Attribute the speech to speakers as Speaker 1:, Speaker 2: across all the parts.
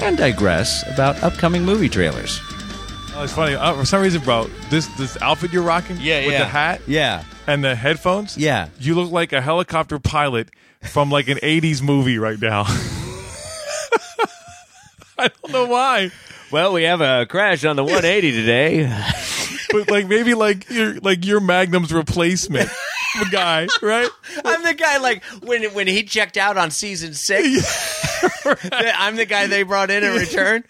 Speaker 1: and digress about upcoming movie trailers.
Speaker 2: Oh, it's funny. Uh, for some reason, bro, this this outfit you're rocking
Speaker 1: Yeah,
Speaker 2: with
Speaker 1: yeah.
Speaker 2: the hat
Speaker 1: Yeah.
Speaker 2: and the headphones,
Speaker 1: Yeah.
Speaker 2: you look like a helicopter pilot from like an 80s movie right now. I don't know why,
Speaker 1: Well, we have a crash on the 180 today.
Speaker 2: but like maybe like your like your Magnum's replacement guy, right?
Speaker 1: I'm the guy like when when he checked out on season six. I'm the guy they brought in in return.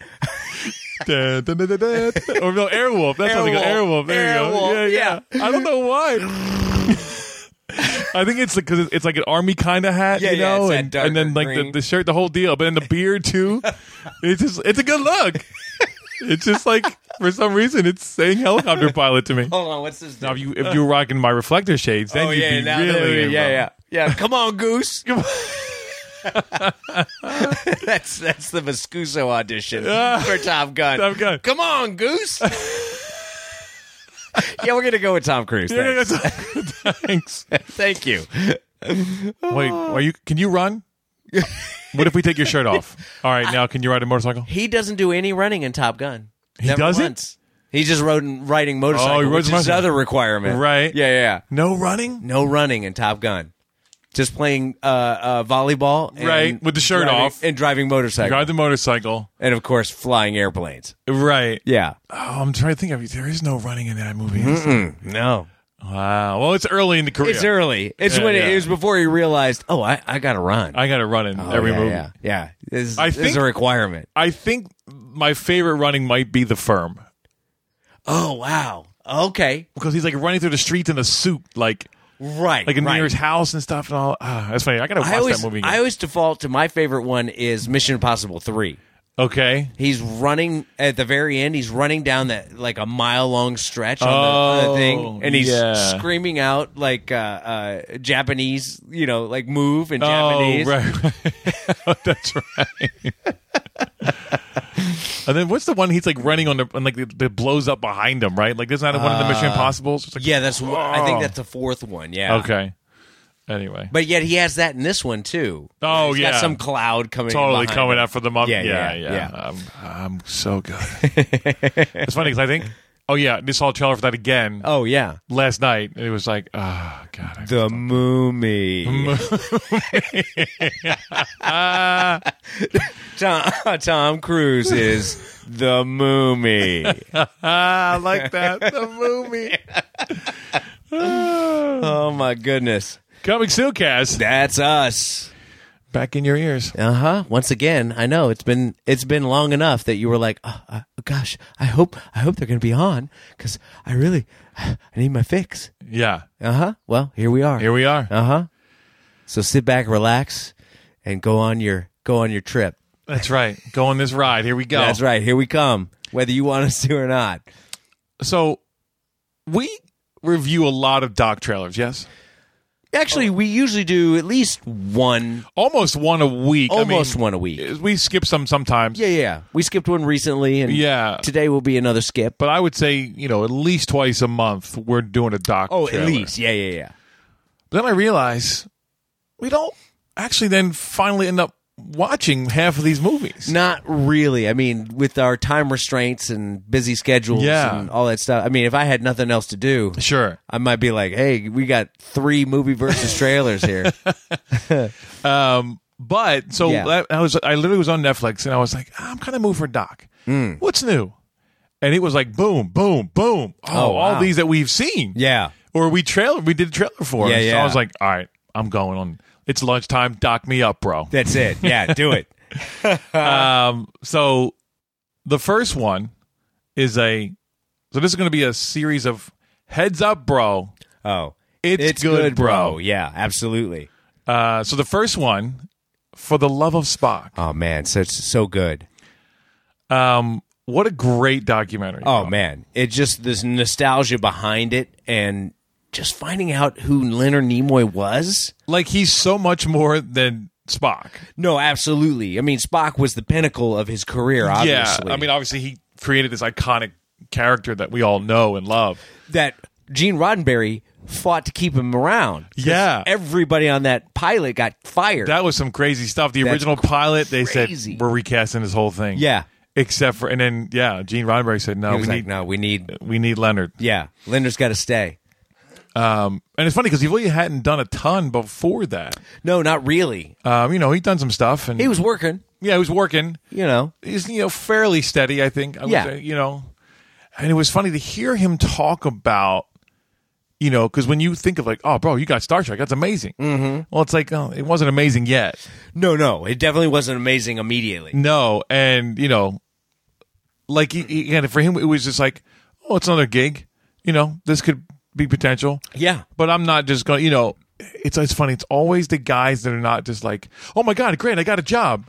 Speaker 2: Dun, dun, dun, dun, dun. Or no, Airwolf. That's how they go. Airwolf.
Speaker 1: Airwolf.
Speaker 2: There you go.
Speaker 1: Airwolf,
Speaker 2: Yeah, yeah. I don't know why. I think it's because it's like an army kind of hat,
Speaker 1: Yeah,
Speaker 2: you
Speaker 1: yeah,
Speaker 2: know,
Speaker 1: it's
Speaker 2: and,
Speaker 1: that
Speaker 2: and then
Speaker 1: darker
Speaker 2: like the,
Speaker 1: green.
Speaker 2: the shirt, the whole deal, but then the beard too. It's just it's a good look. It's just like for some reason it's saying helicopter pilot to me.
Speaker 1: Hold on, what's this?
Speaker 2: Now if you if you were rocking my reflector shades, then
Speaker 1: oh
Speaker 2: you'd
Speaker 1: yeah,
Speaker 2: be
Speaker 1: now
Speaker 2: really
Speaker 1: there we-
Speaker 2: in,
Speaker 1: yeah,
Speaker 2: bro.
Speaker 1: yeah, yeah. Come on, Goose. that's that's the Moscuso audition for Top Gun.
Speaker 2: Top Gun.
Speaker 1: Come on, Goose. yeah, we're gonna go with Tom Cruise.
Speaker 2: Yeah, yeah,
Speaker 1: Thanks.
Speaker 2: yeah. Thanks.
Speaker 1: Thank you.
Speaker 2: Wait, are you? Can you run? What if we take your shirt off? All right, now can you ride a motorcycle?
Speaker 1: He doesn't do any running in Top Gun.
Speaker 2: He doesn't?
Speaker 1: He's just riding, riding motorcycle,
Speaker 2: Oh, he
Speaker 1: which
Speaker 2: rides
Speaker 1: is
Speaker 2: motorcycle.
Speaker 1: other requirement.
Speaker 2: Right.
Speaker 1: Yeah, yeah.
Speaker 2: No running.
Speaker 1: No running in Top Gun. Just playing uh, uh, volleyball. And
Speaker 2: Right, with the shirt
Speaker 1: driving-
Speaker 2: off.
Speaker 1: And driving motorcycle.
Speaker 2: Ride the motorcycle.
Speaker 1: and, of course, flying airplanes.
Speaker 2: Right.
Speaker 1: Yeah.
Speaker 2: Oh, I'm trying to think of it. There is no running in that movie.
Speaker 1: No.
Speaker 2: Wow. Well, it's early in the career.
Speaker 1: It's early. It's
Speaker 2: Yeah,
Speaker 1: when
Speaker 2: yeah.
Speaker 1: it, was before he realized, oh, I, I got to run.
Speaker 2: I got to run in
Speaker 1: Oh,
Speaker 2: every
Speaker 1: yeah,
Speaker 2: movie.
Speaker 1: Yeah. yeah. This, is-
Speaker 2: I
Speaker 1: this
Speaker 2: think-
Speaker 1: is a requirement.
Speaker 2: I think my favorite running might be The Firm
Speaker 1: Oh, wow. Okay.
Speaker 2: because he's like running through the streets in a suit, like
Speaker 1: Right.
Speaker 2: like in
Speaker 1: right.
Speaker 2: Near's house and stuff and all. Ah, that's funny. I got to watch
Speaker 1: I always,
Speaker 2: that movie. Again.
Speaker 1: I always default to my favorite one is Mission Impossible 3.
Speaker 2: okay.
Speaker 1: He's running at the very end. He's running down that like a mile long stretch on the- on the,
Speaker 2: Oh,
Speaker 1: thing, and he's
Speaker 2: yeah.
Speaker 1: screaming out like uh, uh, Japanese, you know, like move in
Speaker 2: Oh,
Speaker 1: Japanese.
Speaker 2: right. that's right. and then what's the one he's like running on the and like it, it blows up behind him, right? Like isn't that one of the
Speaker 1: Uh,
Speaker 2: Mission Impossibles? It's like,
Speaker 1: Yeah, that's. wh- I
Speaker 2: Oh.
Speaker 1: think that's the fourth one. Yeah.
Speaker 2: Okay. Anyway.
Speaker 1: But yet he has that in this one too.
Speaker 2: Oh,
Speaker 1: He's
Speaker 2: yeah.
Speaker 1: got some cloud coming. in
Speaker 2: totally
Speaker 1: behind
Speaker 2: coming
Speaker 1: him.
Speaker 2: up for the month. Yeah,
Speaker 1: Yeah,
Speaker 2: yeah,
Speaker 1: yeah, yeah.
Speaker 2: I'm, I'm so good. it's funny because I think, oh yeah, I saw a trailer for that again
Speaker 1: Oh yeah,
Speaker 2: last night, and it was like, oh god, I-
Speaker 1: the Moomy. Tom, Tom Cruise is the Moomy.
Speaker 2: ah, I like that the movie.
Speaker 1: oh my goodness,
Speaker 2: Coming soon, Cass.
Speaker 1: that's us.
Speaker 2: Back in your ears.
Speaker 1: Uh huh. Once again, I know it's been it's been long enough that you were like, oh, uh, gosh, I hope I hope they're gonna be on because I really I need my fix.
Speaker 2: Yeah,
Speaker 1: Uh huh. Well, here we are.
Speaker 2: here we are.
Speaker 1: Uh huh. So sit back, relax, and go on your go on your trip.
Speaker 2: That's right. Go on this ride. Here we go.
Speaker 1: That's right. Here we come, whether you want us to or not.
Speaker 2: So we review a lot of doc trailers. Yes,
Speaker 1: Actually, we usually do at least one,
Speaker 2: almost one a week.
Speaker 1: almost
Speaker 2: I mean,
Speaker 1: one a week.
Speaker 2: We skip some sometimes.
Speaker 1: Yeah, yeah. We skipped one recently, and
Speaker 2: Yeah.
Speaker 1: today will be another skip.
Speaker 2: But I would say, you know, at least twice a month we're doing a doc. trailer.
Speaker 1: Oh, Yeah, yeah, yeah.
Speaker 2: But then I realize we don't actually then finally end up watching half of these movies.
Speaker 1: Not really. I mean, with our time restraints and busy schedules
Speaker 2: Yeah.
Speaker 1: and all that stuff. I mean, if I had nothing else to do,
Speaker 2: Sure.
Speaker 1: I might be like, "Hey, we got three movie versus trailers here."
Speaker 2: Um, but so
Speaker 1: Yeah.
Speaker 2: I, I was, I literally was on Netflix and I was like, "Ah, I'm kind of moved for doc.
Speaker 1: Mm.
Speaker 2: What's new? And it was like boom, boom, boom. Oh, all
Speaker 1: wow.
Speaker 2: these that we've seen.
Speaker 1: yeah.
Speaker 2: Or we trailer, we did a trailer for.
Speaker 1: Yeah,
Speaker 2: So I
Speaker 1: yeah.
Speaker 2: was like, all right, I'm going on. It's lunchtime. Doc me up, bro.
Speaker 1: That's it. Yeah, do it.
Speaker 2: Um, so the first one is a so this is going to be a series of heads up, bro.
Speaker 1: Oh,
Speaker 2: It's good, bro.
Speaker 1: Yeah, absolutely.
Speaker 2: Uh, so the first one for the love of Spock.
Speaker 1: Oh man, so it's so good.
Speaker 2: Um, what a great documentary.
Speaker 1: Oh man, it's just this nostalgia behind it, and just finding out who Leonard Nimoy was.
Speaker 2: Like he's so much more than Spock.
Speaker 1: No, absolutely. I mean, Spock was the pinnacle of his career. Obviously,
Speaker 2: Yeah. I mean, obviously he created this iconic character that we all know and love.
Speaker 1: that Gene Roddenberry fought to keep him around. 'Cause
Speaker 2: Yeah.
Speaker 1: everybody on that pilot got fired.
Speaker 2: That was some crazy stuff. The
Speaker 1: That's
Speaker 2: original pilot, they
Speaker 1: crazy.
Speaker 2: said we're recasting this whole thing.
Speaker 1: Yeah.
Speaker 2: Except for and then yeah, Gene Roddenberry said no,
Speaker 1: He
Speaker 2: we
Speaker 1: was like,
Speaker 2: need
Speaker 1: no, we need.
Speaker 2: we need Leonard.
Speaker 1: Yeah, Leonard's got to stay.
Speaker 2: And it's funny because he really hadn't done a ton before that.
Speaker 1: No, not really.
Speaker 2: Um, you know, he'd done some stuff and
Speaker 1: He was working.
Speaker 2: yeah, he was working.
Speaker 1: You know.
Speaker 2: He's you know fairly steady, I think. I would
Speaker 1: Yeah.
Speaker 2: say, you know, and it was funny to hear him talk about. You know, because when you think of like, oh, bro, you got Star Trek, that's amazing. Mm-hmm. Well, it's like, oh, it wasn't amazing yet.
Speaker 1: No, no, it definitely wasn't amazing immediately.
Speaker 2: No, and you know, like he- he, again, for him, it was just like, oh, it's another gig. You know, this could be potential.
Speaker 1: Yeah.
Speaker 2: but I'm not just going. to You know, it's it's funny. It's always the guys that are not just like, oh my god, great, I got a job.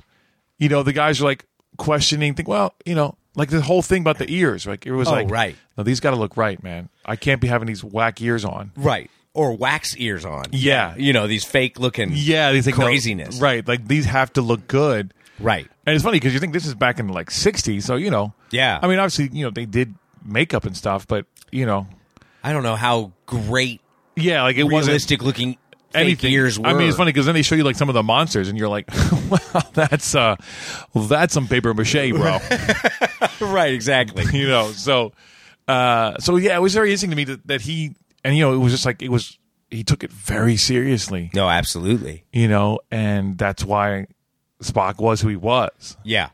Speaker 2: You know, the guys are like questioning. Think, well, you know, like the whole thing about the ears. Like it was
Speaker 1: Oh,
Speaker 2: like,
Speaker 1: right.
Speaker 2: No, these got to look right, man. I can't be having these whack ears on.
Speaker 1: Right. Or wax ears on.
Speaker 2: Yeah.
Speaker 1: You know, these fake looking
Speaker 2: Yeah, these like, no,
Speaker 1: craziness.
Speaker 2: right? Like these have to look good.
Speaker 1: Right.
Speaker 2: And it's funny because you think this is back in like '60s, so you know.
Speaker 1: Yeah.
Speaker 2: I mean, obviously, you know, they did makeup and stuff, but you know,
Speaker 1: I don't know how great
Speaker 2: yeah, like it wasn't
Speaker 1: realistic looking fake
Speaker 2: anything.
Speaker 1: ears were.
Speaker 2: I mean, it's funny because then they show you like some of the monsters, and you're like, "Wow, that's uh, well, that's some paper mache, bro."
Speaker 1: right, exactly.
Speaker 2: you know, so, uh, so yeah, it was very interesting to me that, that he and you know, it was just like it was he took it very seriously,
Speaker 1: no, absolutely.
Speaker 2: you know, and that's why Spock was who he was.
Speaker 1: Yeah.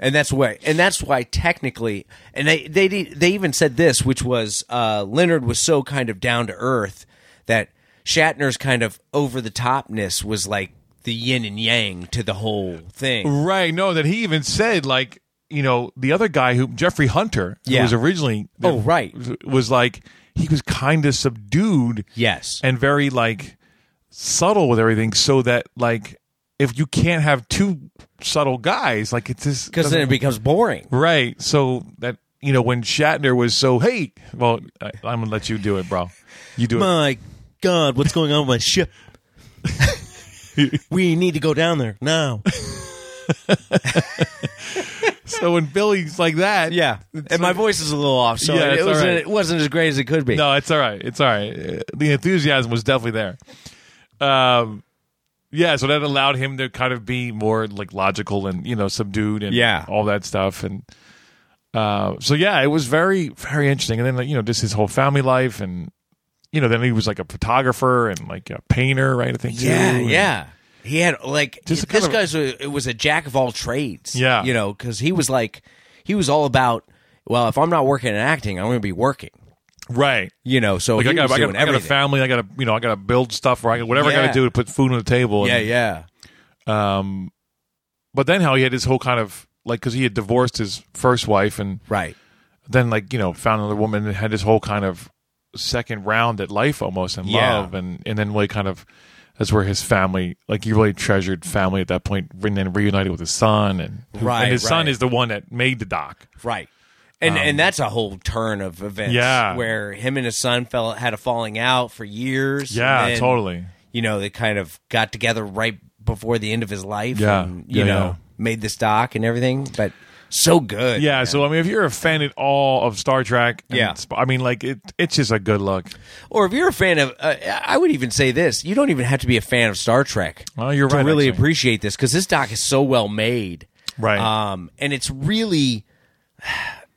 Speaker 1: And that's why and that's why technically and they they di- they even said this which was uh Leonard was so kind of down to earth that Shatner's kind of over the topness was like the yin and yang to the whole thing.
Speaker 2: Right. No, that he even said like you know the other guy who Jeffrey Hunter who
Speaker 1: Yeah.
Speaker 2: was originally
Speaker 1: Oh, right.
Speaker 2: was like he was kind of subdued
Speaker 1: Yes.
Speaker 2: and very like subtle with everything so that like if you can't have two subtle guys like it's just
Speaker 1: Cuz then it becomes boring.
Speaker 2: right so that you know when Shatner was so hey well I, I'm gonna let you do it bro you do it
Speaker 3: My God, what's going on with my ship? we need to go down there now.
Speaker 2: so when Billy's like that
Speaker 1: Yeah, and my voice is a little off, so
Speaker 2: Yeah,
Speaker 1: it,
Speaker 2: it's all
Speaker 1: wasn't,
Speaker 2: right.
Speaker 1: it wasn't as great as it could be.
Speaker 2: No, it's all right. It's all right. Uh, The enthusiasm was definitely there. Um, yeah, so that allowed him to kind of be more like logical and you know subdued and
Speaker 1: Yeah.
Speaker 2: all that stuff. And uh, so yeah, it was very very interesting. And then like, you know just his whole family life and you know then he was like a photographer and like a painter, right? I think. too.
Speaker 1: yeah,
Speaker 2: And-
Speaker 1: yeah. He had like
Speaker 2: Just
Speaker 1: this
Speaker 2: kind of-
Speaker 1: guy's a, it was a jack of all trades.
Speaker 2: Yeah.
Speaker 1: you know, because he was like he was all about. Well, if I'm not working in acting, I'm going to be working.
Speaker 2: right.
Speaker 1: You know, so
Speaker 2: Like
Speaker 1: he
Speaker 2: I got,
Speaker 1: was
Speaker 2: I,
Speaker 1: doing
Speaker 2: got, I got a
Speaker 1: everything.
Speaker 2: family. I got to you know I got to build stuff. Right, whatever I got
Speaker 1: Yeah.
Speaker 2: to do to put food on the table. and-
Speaker 1: yeah, yeah,
Speaker 2: Um, but then how he had his whole kind of like because he had divorced his first wife and
Speaker 1: right.
Speaker 2: then like you know found another woman and had his whole kind of second round at life almost and
Speaker 1: Yeah.
Speaker 2: love and and then really kind of that's where his family like he really treasured family at that point and then reunited with his son and
Speaker 1: Right,
Speaker 2: and his son
Speaker 1: right.
Speaker 2: is the one that made the doc
Speaker 1: Right. And and that's a whole turn of events.
Speaker 2: Um, Yeah.
Speaker 1: Where him and his son fell had a falling out for years. and
Speaker 2: Yeah,
Speaker 1: then,
Speaker 2: totally.
Speaker 1: You know, they kind of got together right before the end of his life.
Speaker 2: Yeah,
Speaker 1: And, you
Speaker 2: yeah,
Speaker 1: know,
Speaker 2: yeah.
Speaker 1: made this doc and everything. But so good.
Speaker 2: yeah
Speaker 1: man.
Speaker 2: so i mean if you're a fan at all of star trek and
Speaker 1: Yeah.
Speaker 2: Sp- i mean like it it's just a good look
Speaker 1: Or if you're a fan of, uh, I would even say this: you don't even have to be a fan of Star Trek.
Speaker 2: Well, you're
Speaker 1: to
Speaker 2: right,
Speaker 1: really
Speaker 2: actually.
Speaker 1: appreciate this because this doc is so well made,
Speaker 2: Right.
Speaker 1: Um, and it's really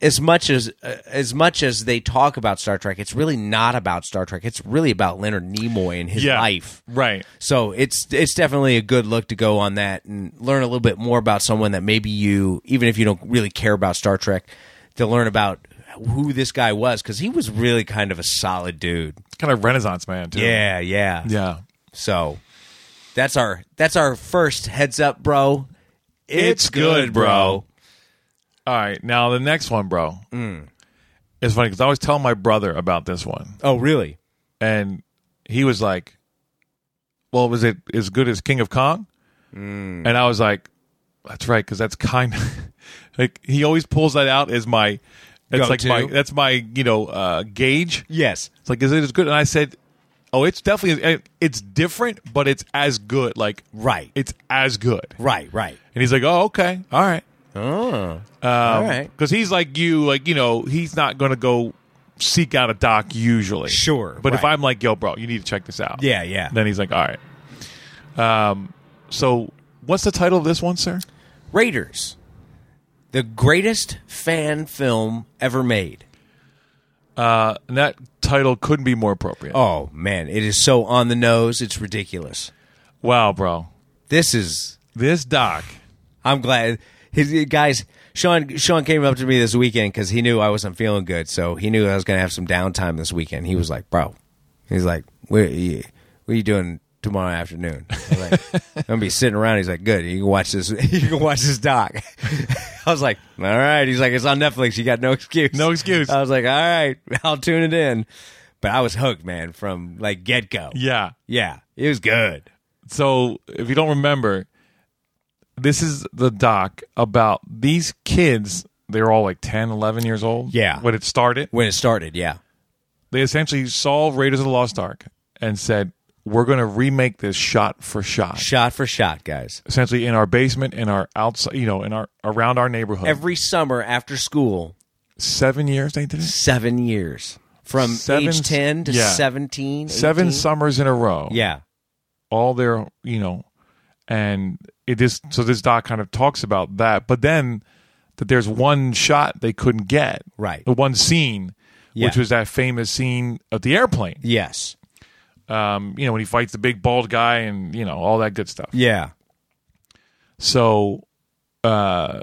Speaker 1: as much as uh, as much as they talk about Star Trek, it's really not about Star Trek. It's really about Leonard Nimoy and his
Speaker 2: yeah
Speaker 1: life.
Speaker 2: right
Speaker 1: So it's it's definitely a good look to go on that and learn a little bit more about someone that maybe you even if you don't really care about Star Trek to learn about who this guy was because he was really kind of a solid dude.
Speaker 2: kind of renaissance man too
Speaker 1: Yeah, yeah,
Speaker 2: yeah
Speaker 1: So that's our that's our first heads up, bro.
Speaker 2: It's good, bro. all right now the next one bro
Speaker 1: Mm.
Speaker 2: it's funny because i always tell my brother about this one
Speaker 1: Oh, really?
Speaker 2: and he was like, "Well, was
Speaker 1: Mm.
Speaker 2: it as good as King of Kong?" And I was like, "That's right, because that's kind of Like he always pulls that out as my. That's like
Speaker 1: Go-to.
Speaker 2: my. That's my you know uh, gauge.
Speaker 1: Yes.
Speaker 2: It's like is it as good? And I said, oh, it's definitely. it- It's different, but it's as good. Like
Speaker 1: Right.
Speaker 2: It's as good.
Speaker 1: Right, right.
Speaker 2: And he's like, oh, okay, all right. Um,
Speaker 1: All right.
Speaker 2: Because he's like you, like you know, he's not going to go seek out a doc usually.
Speaker 1: Sure,
Speaker 2: but if
Speaker 1: right.
Speaker 2: I'm like, yo, bro, you need to check this out.
Speaker 1: Yeah, yeah.
Speaker 2: Then he's like, all right. Um, so what's the title of this one, sir?
Speaker 1: Raiders. The greatest fan film ever made.
Speaker 2: Uh, and that title couldn't be more appropriate.
Speaker 1: Oh man, it is so on the nose, it's ridiculous.
Speaker 2: wow, bro,
Speaker 1: This is
Speaker 2: this doc.
Speaker 1: I'm glad his guys Sean Sean came up to me this weekend cuz he knew I wasn't feeling good, so he knew I was going to have some downtime this weekend. He was like, "Bro." He's like, "What are you, what are you doing tomorrow afternoon?" I was like, "I'm going to be sitting around." He's like, "Good. You can watch this you can watch this doc." I was like, "All right." He's like, "It's on Netflix. You got no excuse."
Speaker 2: No excuse.
Speaker 1: I was like, "All right. I'll tune it in." But I was hooked, man, from like get-go.
Speaker 2: Yeah.
Speaker 1: Yeah, it was good.
Speaker 2: So if you don't remember, this is the doc about these kids. They're all like 10, 11 years old.
Speaker 1: Yeah.
Speaker 2: When it started.
Speaker 1: When it started, yeah.
Speaker 2: they essentially saw Raiders of the Lost Ark and said, "We're going to remake this shot for shot,
Speaker 1: Shot for shot, guys.
Speaker 2: essentially in our basement, in our outside, you know, in our around our neighborhood."
Speaker 1: Every summer after school,
Speaker 2: seven years they did it.
Speaker 1: seven years. From
Speaker 2: Seven-
Speaker 1: age 10 to
Speaker 2: yeah.
Speaker 1: 17.
Speaker 2: Seven
Speaker 1: 18?
Speaker 2: summers in a row.
Speaker 1: Yeah.
Speaker 2: all their, you know, and it is so. This doc kind of talks about that, but then that there's one shot they couldn't get,
Speaker 1: Right.
Speaker 2: The one scene, which
Speaker 1: Yeah.
Speaker 2: was that famous scene of the airplane.
Speaker 1: Yes.
Speaker 2: Um, you know, when he fights the big bald guy and you know all that good stuff.
Speaker 1: Yeah.
Speaker 2: So, uh,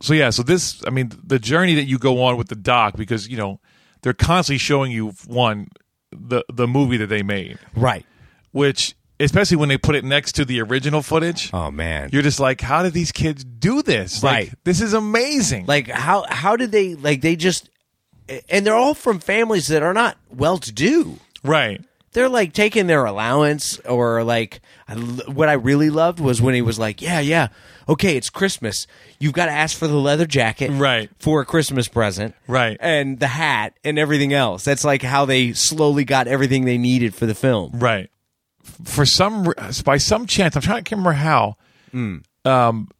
Speaker 2: so yeah, so this, I mean, the journey that you go on with the doc because you know they're constantly showing you one the the movie that they made,
Speaker 1: Right.
Speaker 2: which especially when they put it next to the original footage,
Speaker 1: Oh, man.
Speaker 2: you're just like, how did these kids do this? Like,
Speaker 1: Right.
Speaker 2: this is amazing.
Speaker 1: like, how, how did they, like, they just, and they're all from families that are not well to do.
Speaker 2: right?
Speaker 1: they're like taking their allowance or like I l- what I really loved was when he was like, "Yeah, yeah, okay, it's Christmas. You've got to ask for the leather jacket,
Speaker 2: Right.
Speaker 1: for a Christmas present,
Speaker 2: Right.
Speaker 1: and the hat and everything else." That's like how they slowly got everything they needed for the film.
Speaker 2: Right. F- For some, re- by some chance, I'm trying to remember how.
Speaker 1: Hmm.
Speaker 2: Um,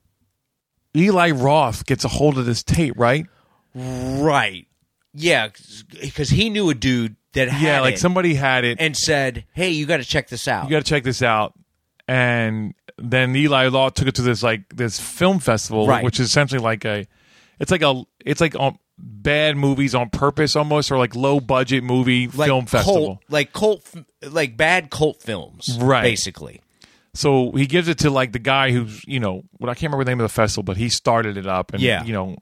Speaker 2: Eli Roth gets a hold of this tape, right?
Speaker 1: Right? Yeah, because he knew a dude that had
Speaker 2: Yeah, like
Speaker 1: it
Speaker 2: somebody had it,
Speaker 1: and said, "Hey, you got to check this out."
Speaker 2: you got to check this out. And then Eli Law took it to this like this film festival,
Speaker 1: Right.
Speaker 2: which is essentially like a, it's like a, it's like um, bad movies on purpose almost, or like low budget movie
Speaker 1: like
Speaker 2: film festival.
Speaker 1: cult, like cult, f- like bad cult films,
Speaker 2: Right.
Speaker 1: Basically,
Speaker 2: So he gives it to like the guy who's you know what I can't remember the name of the festival, but he started it up, and
Speaker 1: Yeah.
Speaker 2: you know,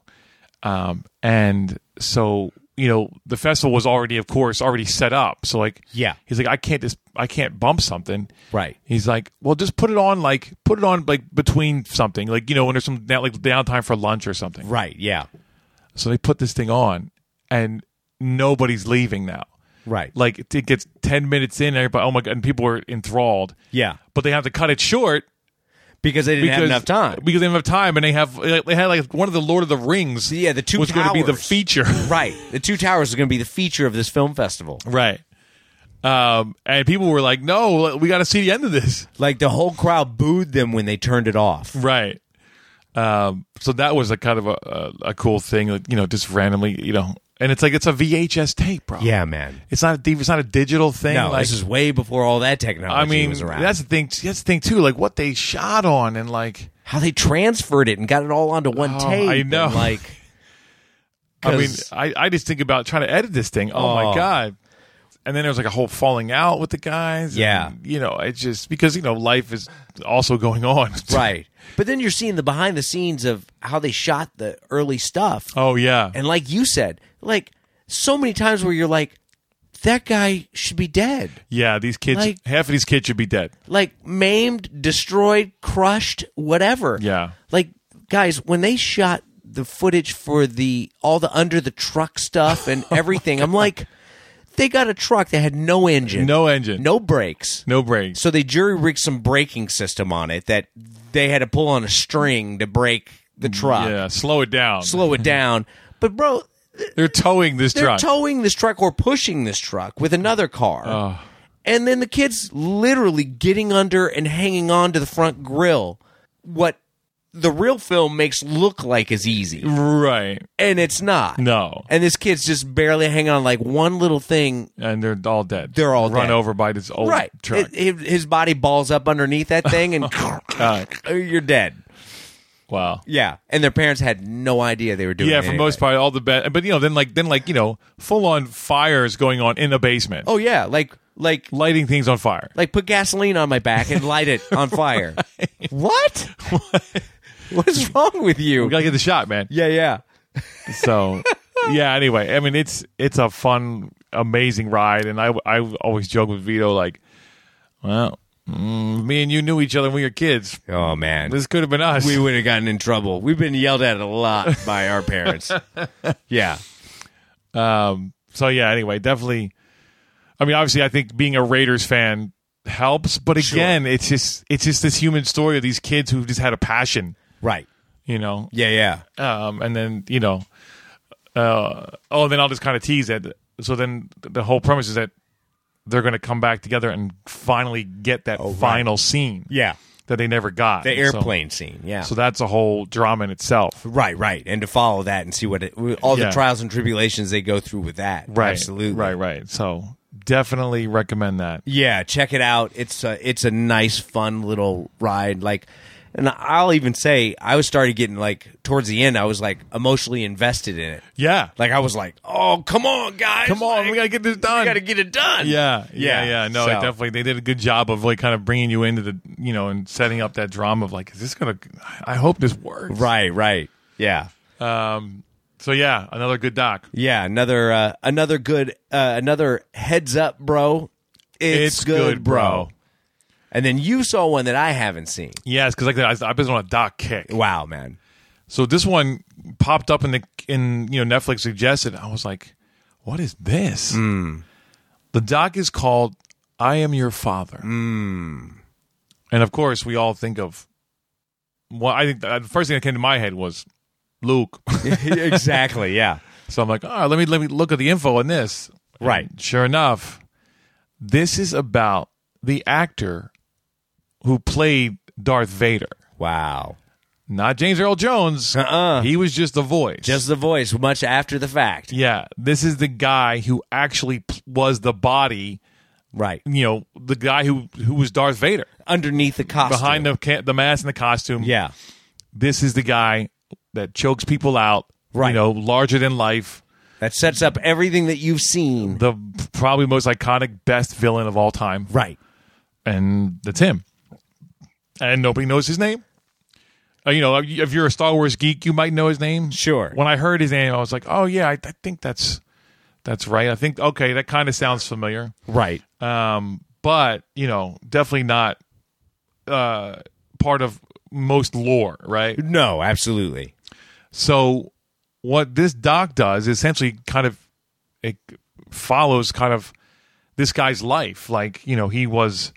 Speaker 2: um, and so you know the festival was already, of course, already set up. So like,
Speaker 1: Yeah.
Speaker 2: he's like, I can't just, I can't bump something,
Speaker 1: Right.
Speaker 2: He's like, well, just put it on, like, put it on, like, between something, like you know, when there's some down- like downtime for lunch or something.
Speaker 1: right? Yeah,
Speaker 2: So they put this thing on, and nobody's leaving now.
Speaker 1: right.
Speaker 2: Like it gets ten minutes in, everybody, oh my god, and people are enthralled.
Speaker 1: Yeah.
Speaker 2: but they have to cut it short
Speaker 1: because they didn't have enough time.
Speaker 2: because they didn't have time, and they have they had like one of the Lord of the Rings.
Speaker 1: Yeah, the two
Speaker 2: was going to be the
Speaker 1: towers.
Speaker 2: feature,
Speaker 1: right. The Two Towers is going to be the feature of this film festival.
Speaker 2: right? Um, and people were like, "No, we got to see the end of this,"
Speaker 1: Like the whole crowd booed them when they turned it off.
Speaker 2: right? Um, so that was a kind of a, a, a cool thing, like you know, just randomly, you know, and it's like it's a VHS tape, bro.
Speaker 1: Yeah, man.
Speaker 2: it's not a, D- it's not a digital thing.
Speaker 1: No,
Speaker 2: like,
Speaker 1: this is way before all that technology
Speaker 2: I mean,
Speaker 1: was around.
Speaker 2: that's the thing. That's the thing too. Like what they shot on, and like
Speaker 1: how they transferred it and got it all onto one
Speaker 2: Oh,
Speaker 1: tape.
Speaker 2: I know.
Speaker 1: and, like,
Speaker 2: I mean,
Speaker 1: 'Cause-
Speaker 2: I, I just think about trying to edit this thing. Oh, my
Speaker 1: Oh.
Speaker 2: god! And then there was like a whole falling out with the guys.
Speaker 1: Yeah.
Speaker 2: and, you know, it's just because you know life is also going on.
Speaker 1: right. But then you're seeing the behind the scenes of how they shot the early stuff.
Speaker 2: Oh yeah.
Speaker 1: And like you said, like so many times where you're like, that guy should be dead.
Speaker 2: yeah, these kids.
Speaker 1: Like-
Speaker 2: half of these kids should be dead.
Speaker 1: like maimed, destroyed, crushed, whatever.
Speaker 2: Yeah.
Speaker 1: Like guys, when they shot the footage for the all the under the truck stuff
Speaker 2: Oh
Speaker 1: and everything, I'm like they got a truck that had no engine.
Speaker 2: No engine.
Speaker 1: No brakes.
Speaker 2: No brakes.
Speaker 1: So they jury rigged some braking system on it that they had to pull on a string to brake the truck,
Speaker 2: Mm, Yeah, slow it down.
Speaker 1: slow it down. But bro,
Speaker 2: They're towing this
Speaker 1: they're
Speaker 2: truck.
Speaker 1: towing this truck or pushing this truck with another car.
Speaker 2: Oh.
Speaker 1: And then the kid's literally getting under and hanging on to the front grill. What the real film makes look like is easy.
Speaker 2: right.
Speaker 1: And it's not.
Speaker 2: No.
Speaker 1: And this kid's just barely hanging on like one little thing.
Speaker 2: And they're all dead.
Speaker 1: They're all
Speaker 2: run
Speaker 1: dead.
Speaker 2: over by this old
Speaker 1: right.
Speaker 2: truck.
Speaker 1: It- it- his body balls up underneath that thing and
Speaker 2: Uh,
Speaker 1: you're dead.
Speaker 2: wow.
Speaker 1: Yeah. And their parents had no idea they were doing
Speaker 2: Yeah,
Speaker 1: it
Speaker 2: for most
Speaker 1: anyway.
Speaker 2: part, all the bad. But you know, then like then like you know, full on fires going on in a basement.
Speaker 1: Oh yeah, like like
Speaker 2: lighting things on fire.
Speaker 1: like put gasoline on my back and light it on fire. What? What's wrong with you?
Speaker 2: We gotta get the shot, man.
Speaker 1: yeah, yeah.
Speaker 2: So yeah. Anyway, I mean, it's it's a fun, amazing ride, and I I always joke with Vito like, well, mm, me and you knew each other when we were kids.
Speaker 1: Oh man.
Speaker 2: This could have been us.
Speaker 1: we would have gotten in trouble. We've been yelled at a lot by our parents. yeah.
Speaker 2: Um, so yeah, anyway, definitely. I mean, obviously, I think being a Raiders fan helps, but again, it's just it's just this human story of these kids who've just had a passion,
Speaker 1: Right.
Speaker 2: you know.
Speaker 1: Yeah, yeah.
Speaker 2: Um, and then you know, uh, oh, then I'll just kind of tease that. So then the whole premise is that they're going to come back together and finally get that final scene,
Speaker 1: Oh, Yeah.
Speaker 2: that they never got
Speaker 1: The
Speaker 2: And so-
Speaker 1: airplane scene. Yeah.
Speaker 2: So that's a whole drama in itself.
Speaker 1: right, right. And to follow that and see what it, all the
Speaker 2: Yeah.
Speaker 1: trials and tribulations they go through with that.
Speaker 2: Right.
Speaker 1: Absolutely.
Speaker 2: Right. Right. So definitely recommend that.
Speaker 1: Yeah, check it out. It's a, it's a nice, fun little ride. Like, and I'll even say I was started getting like towards the end. I was like emotionally invested in it.
Speaker 2: Yeah.
Speaker 1: Like I was like, oh come on guys,
Speaker 2: Come on,
Speaker 1: Like,
Speaker 2: we gotta get this done.
Speaker 1: we gotta get it done.
Speaker 2: Yeah, yeah, yeah. No, it
Speaker 1: So,
Speaker 2: definitely they did a good job of like kind of bringing you into the you know and setting up that drama of like is this gonna? I hope this works.
Speaker 1: Right, right. Yeah,
Speaker 2: Um. So yeah, another good doc.
Speaker 1: yeah. Another uh, another good uh, another heads up, bro. It's, And then you saw one that I haven't seen.
Speaker 2: Yes, because like I said, I've been on a doc kick.
Speaker 1: Wow, man.
Speaker 2: So this one popped up in the in you know Netflix suggested. I was like, what is this?
Speaker 1: Hmm.
Speaker 2: The doc is called "I Am Your Father,"
Speaker 1: Hmm.
Speaker 2: and of course we all think of. Well, I think the the first thing that came to my head was Luke.
Speaker 1: exactly. Yeah.
Speaker 2: So I'm like, all right, let me let me look at the info on this.
Speaker 1: Right.
Speaker 2: And sure enough, this is about the actor who played Darth Vader,
Speaker 1: Wow.
Speaker 2: not James Earl Jones.
Speaker 1: Uh-uh.
Speaker 2: He was just the voice.
Speaker 1: Just the voice, much after the fact.
Speaker 2: yeah. This is the guy who actually p- was the body.
Speaker 1: Right.
Speaker 2: You know, the guy who who was Darth Vader
Speaker 1: Underneath the costume.
Speaker 2: behind the ca- the mask and the costume.
Speaker 1: Yeah.
Speaker 2: This is the guy that chokes people out.
Speaker 1: Right.
Speaker 2: You know, larger than life.
Speaker 1: That sets up everything that you've seen.
Speaker 2: The probably most iconic, best villain of all time.
Speaker 1: Right.
Speaker 2: and that's him. And nobody knows his name. Uh, you know, if you're a Star Wars geek, you might know his name.
Speaker 1: Sure.
Speaker 2: When I heard his name, I was like, "Oh yeah, I, I think that's that's right. I think okay, that kind of sounds familiar."
Speaker 1: Right.
Speaker 2: Um, but you know, definitely not uh, part of most lore, right?
Speaker 1: No, absolutely.
Speaker 2: So what this doc does is essentially kind of it follows kind of this guy's life. Like, you know, he was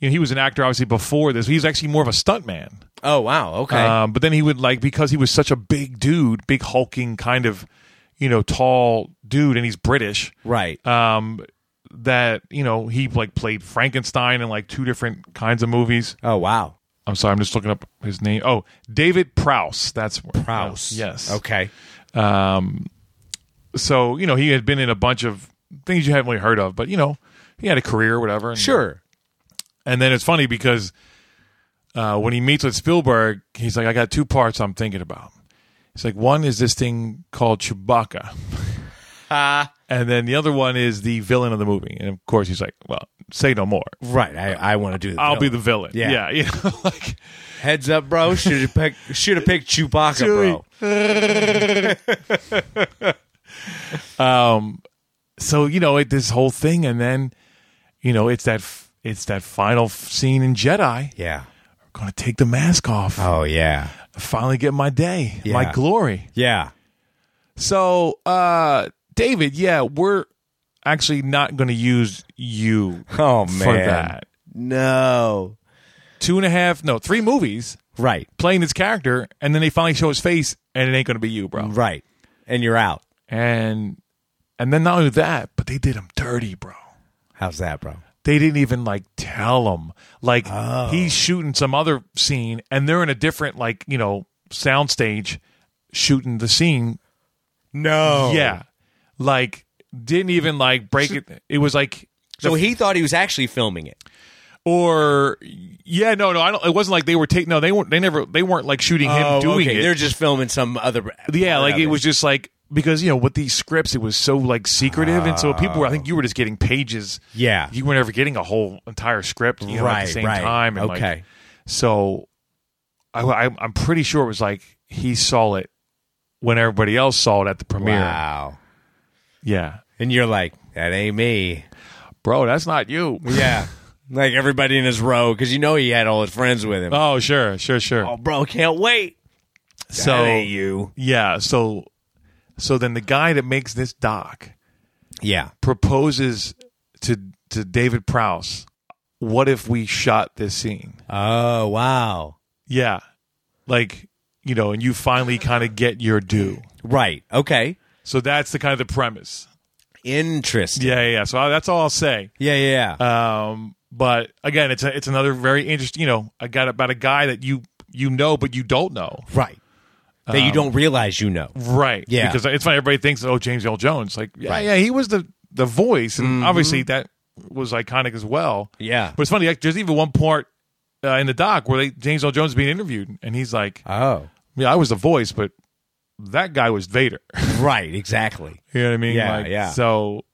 Speaker 2: you know, he was an actor obviously before this. He was actually more of a stuntman.
Speaker 1: Oh wow. Okay.
Speaker 2: Um, but then he would like because he was such a big dude, big hulking kind of, you know, tall dude and he's British.
Speaker 1: right.
Speaker 2: Um that, you know, he like played Frankenstein in like two different kinds of movies.
Speaker 1: oh wow.
Speaker 2: I'm sorry, I'm just looking up his name. Oh, David Prouse. That's
Speaker 1: House.
Speaker 2: Yes.
Speaker 1: Okay.
Speaker 2: Um, so you know he had been in a bunch of things you haven't really heard of, but you know he had a career, or whatever. And,
Speaker 1: Sure.
Speaker 2: And then it's funny because uh, when he meets with Spielberg, he's like, "I got two parts I'm thinking about." He's like, "One is this thing called Chewbacca, and then the other one is the villain of the movie." And of course, he's like, "Well, say no more.
Speaker 1: Right. I, I want to do the
Speaker 2: I'll be
Speaker 1: villain.
Speaker 2: the villain." yeah,
Speaker 1: Yeah.
Speaker 2: you know, like
Speaker 1: Heads up, bro. Should have picked should have picked Chewbacca, bro.
Speaker 2: so you know it, this whole thing, and then you know it's that f- it's that final f- scene in Jedi.
Speaker 1: Yeah.
Speaker 2: gonna take the mask off
Speaker 1: Oh yeah.
Speaker 2: finally get my day
Speaker 1: Yeah.
Speaker 2: my glory
Speaker 1: Yeah.
Speaker 2: so uh david yeah we're actually not gonna use you
Speaker 1: Oh man.
Speaker 2: for that
Speaker 1: No.
Speaker 2: two and a half no three movies
Speaker 1: Right.
Speaker 2: playing this character, and then they finally show his face, and it ain't gonna be you, bro.
Speaker 1: Right. And you're out.
Speaker 2: And and then not only that, but they did him dirty, bro.
Speaker 1: How's that, bro?
Speaker 2: They didn't even like tell him. Like
Speaker 1: Oh.
Speaker 2: he's shooting some other scene, and they're in a different like you know soundstage shooting the scene.
Speaker 1: No.
Speaker 2: Yeah, like didn't even like break it. It was like
Speaker 1: So he thought he was actually filming it.
Speaker 2: or yeah, no, no, I don't. It wasn't like they were taking. No, they weren't. They never. They weren't like shooting him doing
Speaker 1: Oh, okay.
Speaker 2: it.
Speaker 1: They're just filming some other.
Speaker 2: Yeah, like it
Speaker 1: whatever.
Speaker 2: was just like because you know with these scripts it was so like secretive and so people were I think you were just getting pages.
Speaker 1: Yeah.
Speaker 2: You were never getting a whole entire script you know, at
Speaker 1: Right,
Speaker 2: the same
Speaker 1: right.
Speaker 2: time. And
Speaker 1: Okay.
Speaker 2: Like, so I, I I'm pretty sure it was like he saw it when everybody else saw it at the premiere.
Speaker 1: Wow.
Speaker 2: Yeah.
Speaker 1: And you're like, that ain't me.
Speaker 2: Bro, that's not you.
Speaker 1: Yeah. like everybody in his row, because you know he had all his friends with him.
Speaker 2: Oh, sure, sure, sure.
Speaker 1: Oh, bro, can't wait.
Speaker 2: so
Speaker 1: that ain't you.
Speaker 2: yeah, so so then the guy that makes this doc
Speaker 1: Yeah.
Speaker 2: proposes to to David Prouse, "What if we shot this scene?"
Speaker 1: Oh, wow.
Speaker 2: Yeah, like you know, and you finally kind of get your due.
Speaker 1: Right. Okay.
Speaker 2: So that's the kind of the premise.
Speaker 1: Interesting.
Speaker 2: Yeah, yeah. yeah. So I, that's all I'll say.
Speaker 1: Yeah, Uh, yeah, yeah.
Speaker 2: Um, but again, it's a, it's another very interesting. You know, I got about a guy that you you know, but you don't know,
Speaker 1: right. Um, That you don't realize you know.
Speaker 2: right?
Speaker 1: Yeah.
Speaker 2: because it's funny. Everybody thinks, oh, James Earl Jones. Like, yeah,
Speaker 1: Right.
Speaker 2: yeah, he was the the voice, and obviously that was iconic as well.
Speaker 1: Yeah.
Speaker 2: But it's funny, like, there's even one part uh, in the doc where they, James Earl Jones is being interviewed, and he's like,
Speaker 1: Oh.
Speaker 2: "Yeah, I was the voice, but that guy was Vader."
Speaker 1: Right, exactly.
Speaker 2: you know what I mean?
Speaker 1: Yeah,
Speaker 2: like,
Speaker 1: yeah.
Speaker 2: So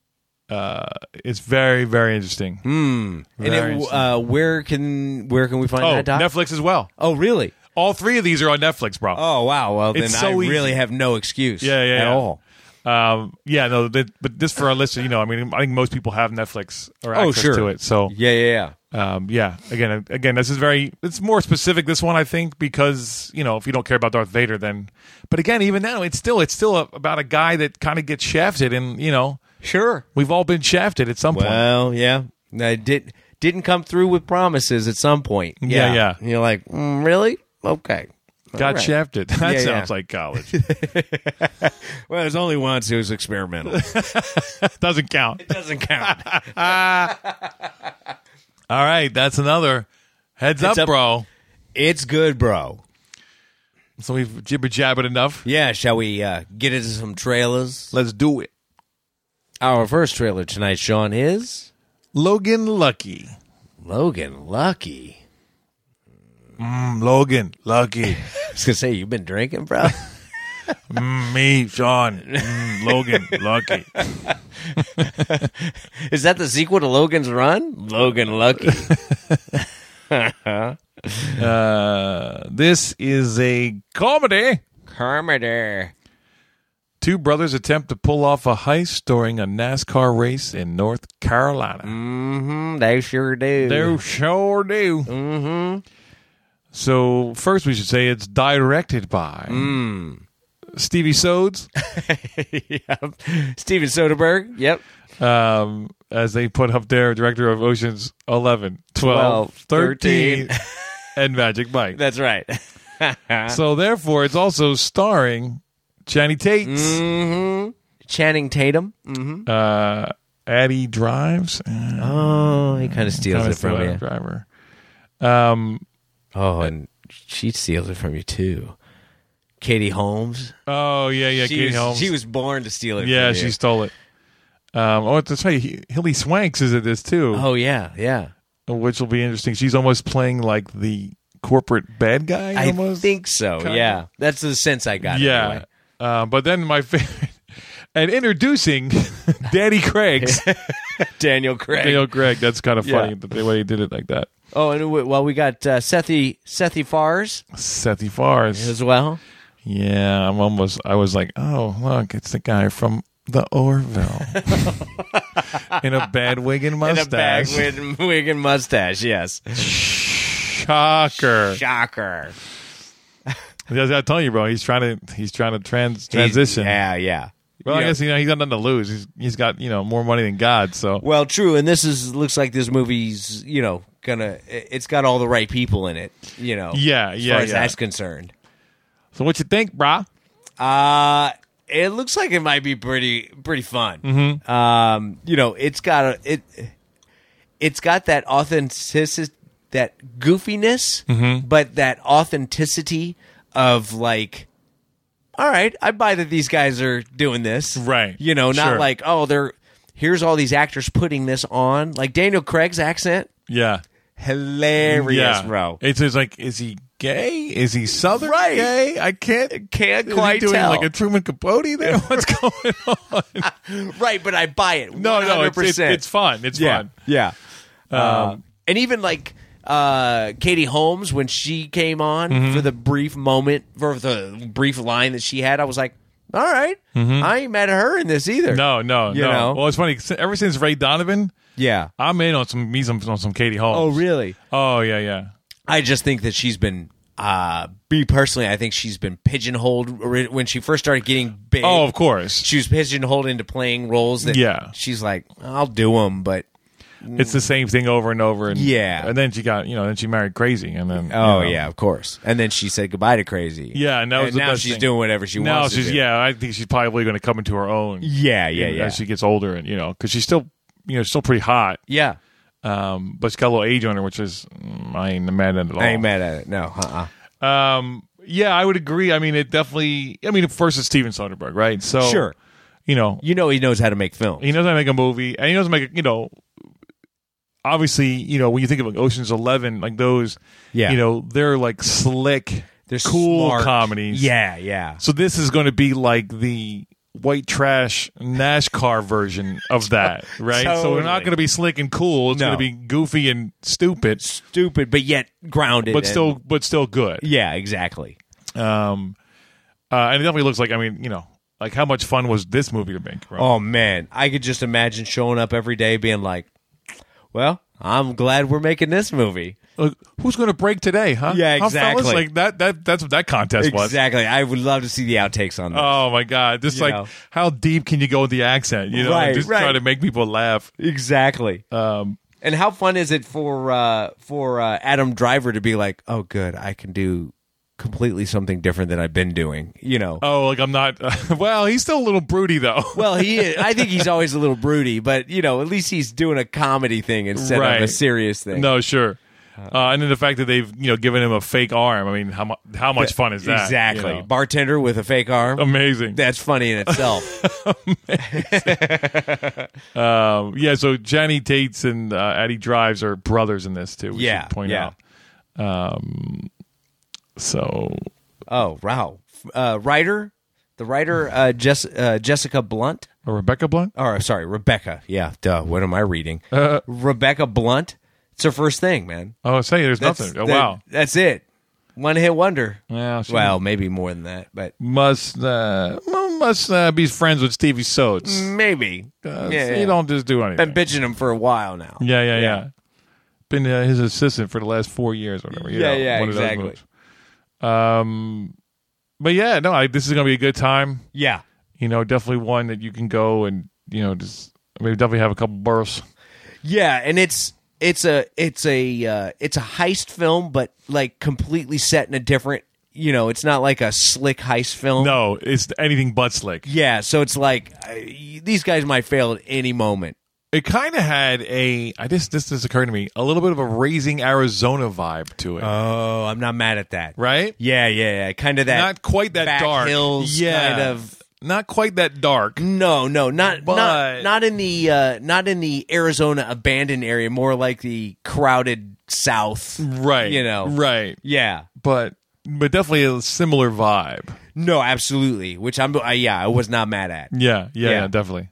Speaker 2: uh, it's very, very interesting.
Speaker 1: And
Speaker 2: Very
Speaker 1: it, uh, where can where can we find
Speaker 2: Oh,
Speaker 1: that doc?
Speaker 2: Netflix as well.
Speaker 1: Oh, really?
Speaker 2: All three of these are on Netflix, bro.
Speaker 1: Oh, wow. Well, then
Speaker 2: It's so
Speaker 1: I
Speaker 2: easy.
Speaker 1: really have no excuse.
Speaker 2: Yeah, yeah,
Speaker 1: at
Speaker 2: yeah.
Speaker 1: all.
Speaker 2: Um, yeah, no, that but this for our listeners, you know, I mean, I think most people have Netflix or
Speaker 1: Oh,
Speaker 2: access
Speaker 1: sure.
Speaker 2: to it. So,
Speaker 1: Yeah, yeah, yeah.
Speaker 2: um, yeah, again, again, this is very, it's more specific. This one, I think, because you know, if you don't care about Darth Vader, then, but again, even now, it's still, it's still a, about a guy that kind of gets shafted, and you know,
Speaker 1: Sure.
Speaker 2: we've all been shafted at some point.
Speaker 1: Well, yeah. I did didn't come through with promises at some point.
Speaker 2: Yeah,
Speaker 1: Yeah,
Speaker 2: yeah.
Speaker 1: And you're like, mm, really? Okay.
Speaker 2: Got
Speaker 1: right.
Speaker 2: shafted. That
Speaker 1: Yeah, yeah.
Speaker 2: sounds like college.
Speaker 1: Well, there's only once it was experimental.
Speaker 2: Doesn't count.
Speaker 1: Doesn't count.
Speaker 2: All right, that's another heads, up,
Speaker 1: up.
Speaker 2: bro.
Speaker 1: it's good, bro.
Speaker 2: So we've jibber jabbered enough.
Speaker 1: Yeah, shall we uh, get into some trailers?
Speaker 2: Let's do it.
Speaker 1: Our first trailer tonight, Sean, is
Speaker 2: Logan Lucky.
Speaker 1: Logan Lucky.
Speaker 2: Mm, Logan Lucky.
Speaker 1: I was gonna say you've been drinking, bro.
Speaker 2: Me, Sean. Mm, Logan Lucky.
Speaker 1: Is that the sequel to Logan's Run? Logan Lucky.
Speaker 2: Uh, this is a comedy.
Speaker 1: Comedy.
Speaker 2: Two brothers attempt to pull off a heist during a NASCAR race in North Carolina.
Speaker 1: Mm-hmm. They sure do.
Speaker 2: They sure do. Mm-hmm. So first, we should say it's directed by Mm. Stevie Sodes,
Speaker 1: yep. Steven Soderbergh. Yep.
Speaker 2: um, as they put up there, director of Oceans 11, 12, 13,
Speaker 1: 13.
Speaker 2: and Magic Mike.
Speaker 1: That's right.
Speaker 2: so therefore, it's also starring Channing Tate,
Speaker 1: Mm. Mm-hmm. Channing Tatum. Mm-hmm.
Speaker 2: uh, Addie Drives, uh,
Speaker 1: Oh, he kind of steals
Speaker 2: Thomas
Speaker 1: it from
Speaker 2: Dwayne
Speaker 1: you.
Speaker 2: Driver.
Speaker 1: Oh, and she steals it from you too. Katie Holmes.
Speaker 2: Oh yeah, yeah,
Speaker 1: she
Speaker 2: Katie
Speaker 1: was,
Speaker 2: Holmes.
Speaker 1: She was born to steal it.
Speaker 2: yeah,
Speaker 1: from
Speaker 2: she
Speaker 1: you.
Speaker 2: stole it. Um, oh, that's right. He- Hilly Swanks is in this too.
Speaker 1: Oh yeah, yeah.
Speaker 2: which will be interesting. She's almost playing like the corporate bad guy.
Speaker 1: I
Speaker 2: almost.
Speaker 1: think so.
Speaker 2: Kinda.
Speaker 1: Yeah, that's the sense I got.
Speaker 2: yeah.
Speaker 1: anyway.
Speaker 2: Uh, but then my favorite, and introducing Danny Craig's
Speaker 1: Daniel Craig.
Speaker 2: Daniel Craig. That's kind of
Speaker 1: Yeah.
Speaker 2: funny that the way he did it like that.
Speaker 1: Oh, and w- well, we got uh, Sethi Sethi Fars
Speaker 2: Sethy Fars.
Speaker 1: as well.
Speaker 2: Yeah, I'm almost. I was like, oh look, it's the guy from the Orville in a bad wig and
Speaker 1: And a bag
Speaker 2: mustache.
Speaker 1: with wig and mustache. Yes,
Speaker 2: Shocker!
Speaker 1: shocker.
Speaker 2: I tell you, bro, he's trying to he's trying to trans transition.
Speaker 1: Yeah, yeah.
Speaker 2: Well, I
Speaker 1: Yeah.
Speaker 2: guess you know he's got nothing to lose. He's he's got you know more money than God. So
Speaker 1: Well, true, and this is looks like this movie's you know gonna. it- It's got all the right people in it. You know.
Speaker 2: Yeah,
Speaker 1: As
Speaker 2: yeah,
Speaker 1: far as
Speaker 2: yeah.
Speaker 1: that's concerned,
Speaker 2: So what you think, brah?
Speaker 1: uh, it looks like it might be pretty pretty fun. Um, you know, it's got a it. It's got that authenticity, that goofiness,
Speaker 2: Mm-hmm.
Speaker 1: but that authenticity of like. All right, I buy that these guys are doing this.
Speaker 2: Right,
Speaker 1: You know, not
Speaker 2: sure.
Speaker 1: like, oh, they're here's all these actors putting this on. Like Daniel Craig's accent.
Speaker 2: Yeah.
Speaker 1: hilarious, bro.
Speaker 2: It's, it's like, is he gay? Is he Southern
Speaker 1: Right.
Speaker 2: gay? I can't
Speaker 1: Can't
Speaker 2: is he
Speaker 1: quite
Speaker 2: doing
Speaker 1: tell.
Speaker 2: like a Truman Capote there. What's going on?
Speaker 1: right, but I buy it.
Speaker 2: No, no, it's, it's,
Speaker 1: 100%.
Speaker 2: it's fun. It's
Speaker 1: yeah,
Speaker 2: fun.
Speaker 1: yeah. Uh,
Speaker 2: Um,
Speaker 1: and even like uh, Katie Holmes when she came on
Speaker 2: Mm-hmm.
Speaker 1: for the brief moment for the brief line that she had, I was like, all right, I ain't mad at her in this
Speaker 2: Mm-hmm.
Speaker 1: either.
Speaker 2: No, no,
Speaker 1: You
Speaker 2: no.
Speaker 1: know?
Speaker 2: Well, it's funny. 'cause Ever since Ray Donovan,
Speaker 1: yeah.
Speaker 2: I'm in on some me some on some Katie Holmes.
Speaker 1: Oh, really?
Speaker 2: Oh yeah, yeah.
Speaker 1: I just think that she's been. Uh, me personally, I think she's been pigeonholed ri- when she first started getting big.
Speaker 2: Oh, of course.
Speaker 1: she was pigeonholed into playing roles that
Speaker 2: Yeah.
Speaker 1: she's like, I'll do them, but
Speaker 2: It's the same thing over and over. And
Speaker 1: Yeah.
Speaker 2: and then she got you know, then she married Crazy, and then
Speaker 1: Oh
Speaker 2: you know.
Speaker 1: yeah, of course. And then she said goodbye to crazy.
Speaker 2: yeah. And that was the
Speaker 1: now
Speaker 2: best
Speaker 1: she's
Speaker 2: thing.
Speaker 1: doing whatever she
Speaker 2: now
Speaker 1: wants.
Speaker 2: she's
Speaker 1: to do.
Speaker 2: yeah. I think she's probably going to come into her own.
Speaker 1: yeah, yeah, yeah,
Speaker 2: As she gets older, and you know, because she's still you know still pretty hot.
Speaker 1: yeah.
Speaker 2: Um, but she's got a little age on her, which is mm, I ain't mad at it at all.
Speaker 1: I ain't mad at it. No, uh, uh
Speaker 2: Um, yeah, I would agree. I mean, it definitely. I mean, first it's Steven Soderbergh, right? So
Speaker 1: Sure.
Speaker 2: you know,
Speaker 1: You know he knows how to make film.
Speaker 2: he knows how to make a movie, and he knows how to make a, you know. Obviously, you know when you think of like Ocean's Eleven, like those,
Speaker 1: Yeah.
Speaker 2: you know they're like slick,
Speaker 1: They're
Speaker 2: cool
Speaker 1: smart.
Speaker 2: comedies.
Speaker 1: Yeah, yeah.
Speaker 2: So this is going to be like the white trash NASCAR version of that, right? So we're not
Speaker 1: Totally.
Speaker 2: going to be slick and cool. It's
Speaker 1: No.
Speaker 2: going to be goofy and stupid,
Speaker 1: Stupid, but yet grounded.
Speaker 2: but
Speaker 1: and-
Speaker 2: still, but still good.
Speaker 1: Yeah, exactly.
Speaker 2: Um, uh, and it definitely looks like I mean, you know, like how much fun was this movie to make? Right?
Speaker 1: Oh man, I could just imagine showing up every day being like, Well, I'm glad we're making this movie.
Speaker 2: Like, Uh, who's going to break today, huh?
Speaker 1: Yeah,
Speaker 2: Huh, fellas?
Speaker 1: exactly.
Speaker 2: Like that. That that's what that contest was.
Speaker 1: Exactly. I would love to see the outtakes on that.
Speaker 2: Oh my god! Just
Speaker 1: You
Speaker 2: like
Speaker 1: know.
Speaker 2: how deep can you go with the accent? You know, like,
Speaker 1: Right,
Speaker 2: just
Speaker 1: right.
Speaker 2: trying to make people laugh.
Speaker 1: Exactly.
Speaker 2: Um,
Speaker 1: And how fun is it for uh, for uh, Adam Driver to be like, "Oh, good, I can do completely something different than I've been doing." You know.
Speaker 2: oh, like I'm not. well, he's still a little broody though.
Speaker 1: Well, he is, I think he's always a little broody, but you know, at least he's doing a comedy thing instead of a
Speaker 2: Right.
Speaker 1: serious thing.
Speaker 2: no, sure. Uh, and then the fact that they've you know given him a fake arm. I mean, how mu- how much fun is that?
Speaker 1: exactly.
Speaker 2: you know? Um,
Speaker 1: Bartender with a fake arm.
Speaker 2: Amazing.
Speaker 1: That's funny in itself.
Speaker 2: Um, yeah, so Johnny Tates and uh, Addie Drives are brothers in this too. We
Speaker 1: Yeah,
Speaker 2: should point
Speaker 1: yeah.
Speaker 2: out. Um, so
Speaker 1: oh, wow. Uh, writer, the writer uh, Jess, uh, Jessica Blunt.
Speaker 2: uh, Rebecca Blunt.
Speaker 1: or sorry, Rebecca. Yeah, duh. What am I reading?
Speaker 2: Uh,
Speaker 1: Rebecca Blunt. It's her first thing, man.
Speaker 2: Oh, say there's nothing. Oh,
Speaker 1: that-
Speaker 2: wow.
Speaker 1: That's it. One hit wonder.
Speaker 2: Yeah, she
Speaker 1: well, maybe more than that, but
Speaker 2: must uh, well, must uh, be friends with Stevie Soates.
Speaker 1: maybe.
Speaker 2: Uh,
Speaker 1: Mm. yeah,
Speaker 2: he
Speaker 1: yeah.
Speaker 2: don't just do
Speaker 1: Been
Speaker 2: anything.
Speaker 1: bitching him for a while now.
Speaker 2: yeah, yeah, yeah, Been uh, his assistant for the last four years, or whatever. you
Speaker 1: Yeah,
Speaker 2: know,
Speaker 1: yeah,
Speaker 2: one of those
Speaker 1: exactly.
Speaker 2: moves. Um, but yeah, no, I, this is gonna be a good time.
Speaker 1: Yeah.
Speaker 2: You know, definitely one that you can go and you know just maybe definitely have a couple bursts.
Speaker 1: Yeah, and it's it's a it's a uh, it's a heist film, but like completely set in a different. You know, it's not like a slick heist film.
Speaker 2: No, it's anything but slick.
Speaker 1: Yeah, so it's like uh, y- these guys might fail at any moment.
Speaker 2: It kind of had a I just this just occurred to me a little bit of a raising Arizona vibe to it,
Speaker 1: Oh, I'm not mad at that.
Speaker 2: right?
Speaker 1: Yeah, yeah, yeah. Kind of that.
Speaker 2: not quite that
Speaker 1: back
Speaker 2: dark.
Speaker 1: Hills
Speaker 2: yeah,
Speaker 1: kind of.
Speaker 2: not quite that dark.
Speaker 1: No, no, not
Speaker 2: But-
Speaker 1: not not in the uh, not in the Arizona abandoned area. More like the crowded South.
Speaker 2: Right.
Speaker 1: You know.
Speaker 2: Right.
Speaker 1: Yeah.
Speaker 2: But but definitely a similar vibe.
Speaker 1: No, absolutely. Which I'm. Uh, yeah, I was not mad at.
Speaker 2: Yeah. Yeah.
Speaker 1: Yeah.
Speaker 2: yeah, definitely.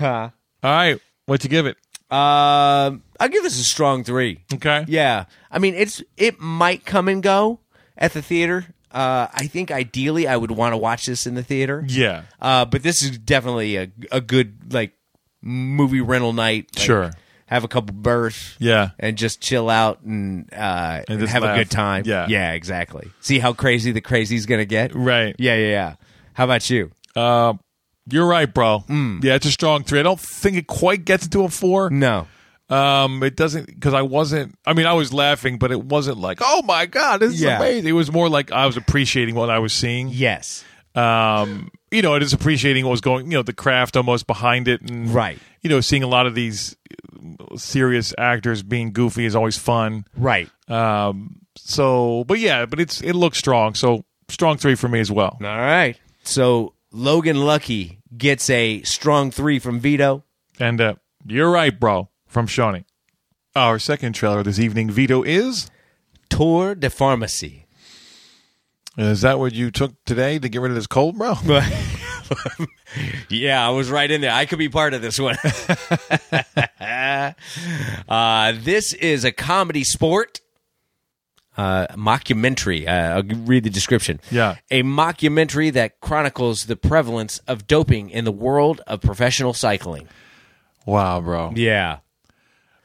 Speaker 2: All right. What you give it?
Speaker 1: Um, I'll give this a strong three.
Speaker 2: Okay.
Speaker 1: Yeah. I mean, it's it might come and go at the theater. Uh, I think ideally I would want to watch this in the theater.
Speaker 2: Yeah.
Speaker 1: Uh, but this is definitely a a good like movie rental night. Like,
Speaker 2: Sure.
Speaker 1: Have a couple bursts.
Speaker 2: Yeah.
Speaker 1: And just chill out and uh and
Speaker 2: just
Speaker 1: have
Speaker 2: laugh.
Speaker 1: a good time.
Speaker 2: Yeah.
Speaker 1: Yeah, exactly. See how crazy the crazy's gonna get?
Speaker 2: Right.
Speaker 1: Yeah, yeah, yeah. How about you?
Speaker 2: Uh, Mm. you're right, bro. Yeah, it's a strong three. I don't think it quite gets into a four.
Speaker 1: No.
Speaker 2: Um, it doesn't because I wasn't. I mean, I was laughing, but it wasn't like, oh my god, this is
Speaker 1: Yeah.
Speaker 2: amazing. It was more like I was appreciating what I was seeing.
Speaker 1: Yes.
Speaker 2: Um, you know, it is appreciating what was going. You know, the craft almost behind it, and
Speaker 1: Right.
Speaker 2: You know, seeing a lot of these serious actors being goofy is always fun.
Speaker 1: Right.
Speaker 2: Um, so, but yeah, but it's it looks strong. So strong three for me as well.
Speaker 1: All right. So Logan Lucky gets a strong three from Vito.
Speaker 2: And uh, you're right, bro. From Shawnee. Our second trailer this evening, Vito is.
Speaker 1: Tour de Pharmacie.
Speaker 2: Is that what you took today to get rid of this cold, bro?
Speaker 1: Yeah, I was right in there. I could be part of this one. uh, this is a comedy sport. Uh, mockumentary. Uh, I'll read the description.
Speaker 2: Yeah.
Speaker 1: A mockumentary that chronicles the prevalence of doping in the world of professional cycling.
Speaker 2: Wow, bro.
Speaker 1: Yeah.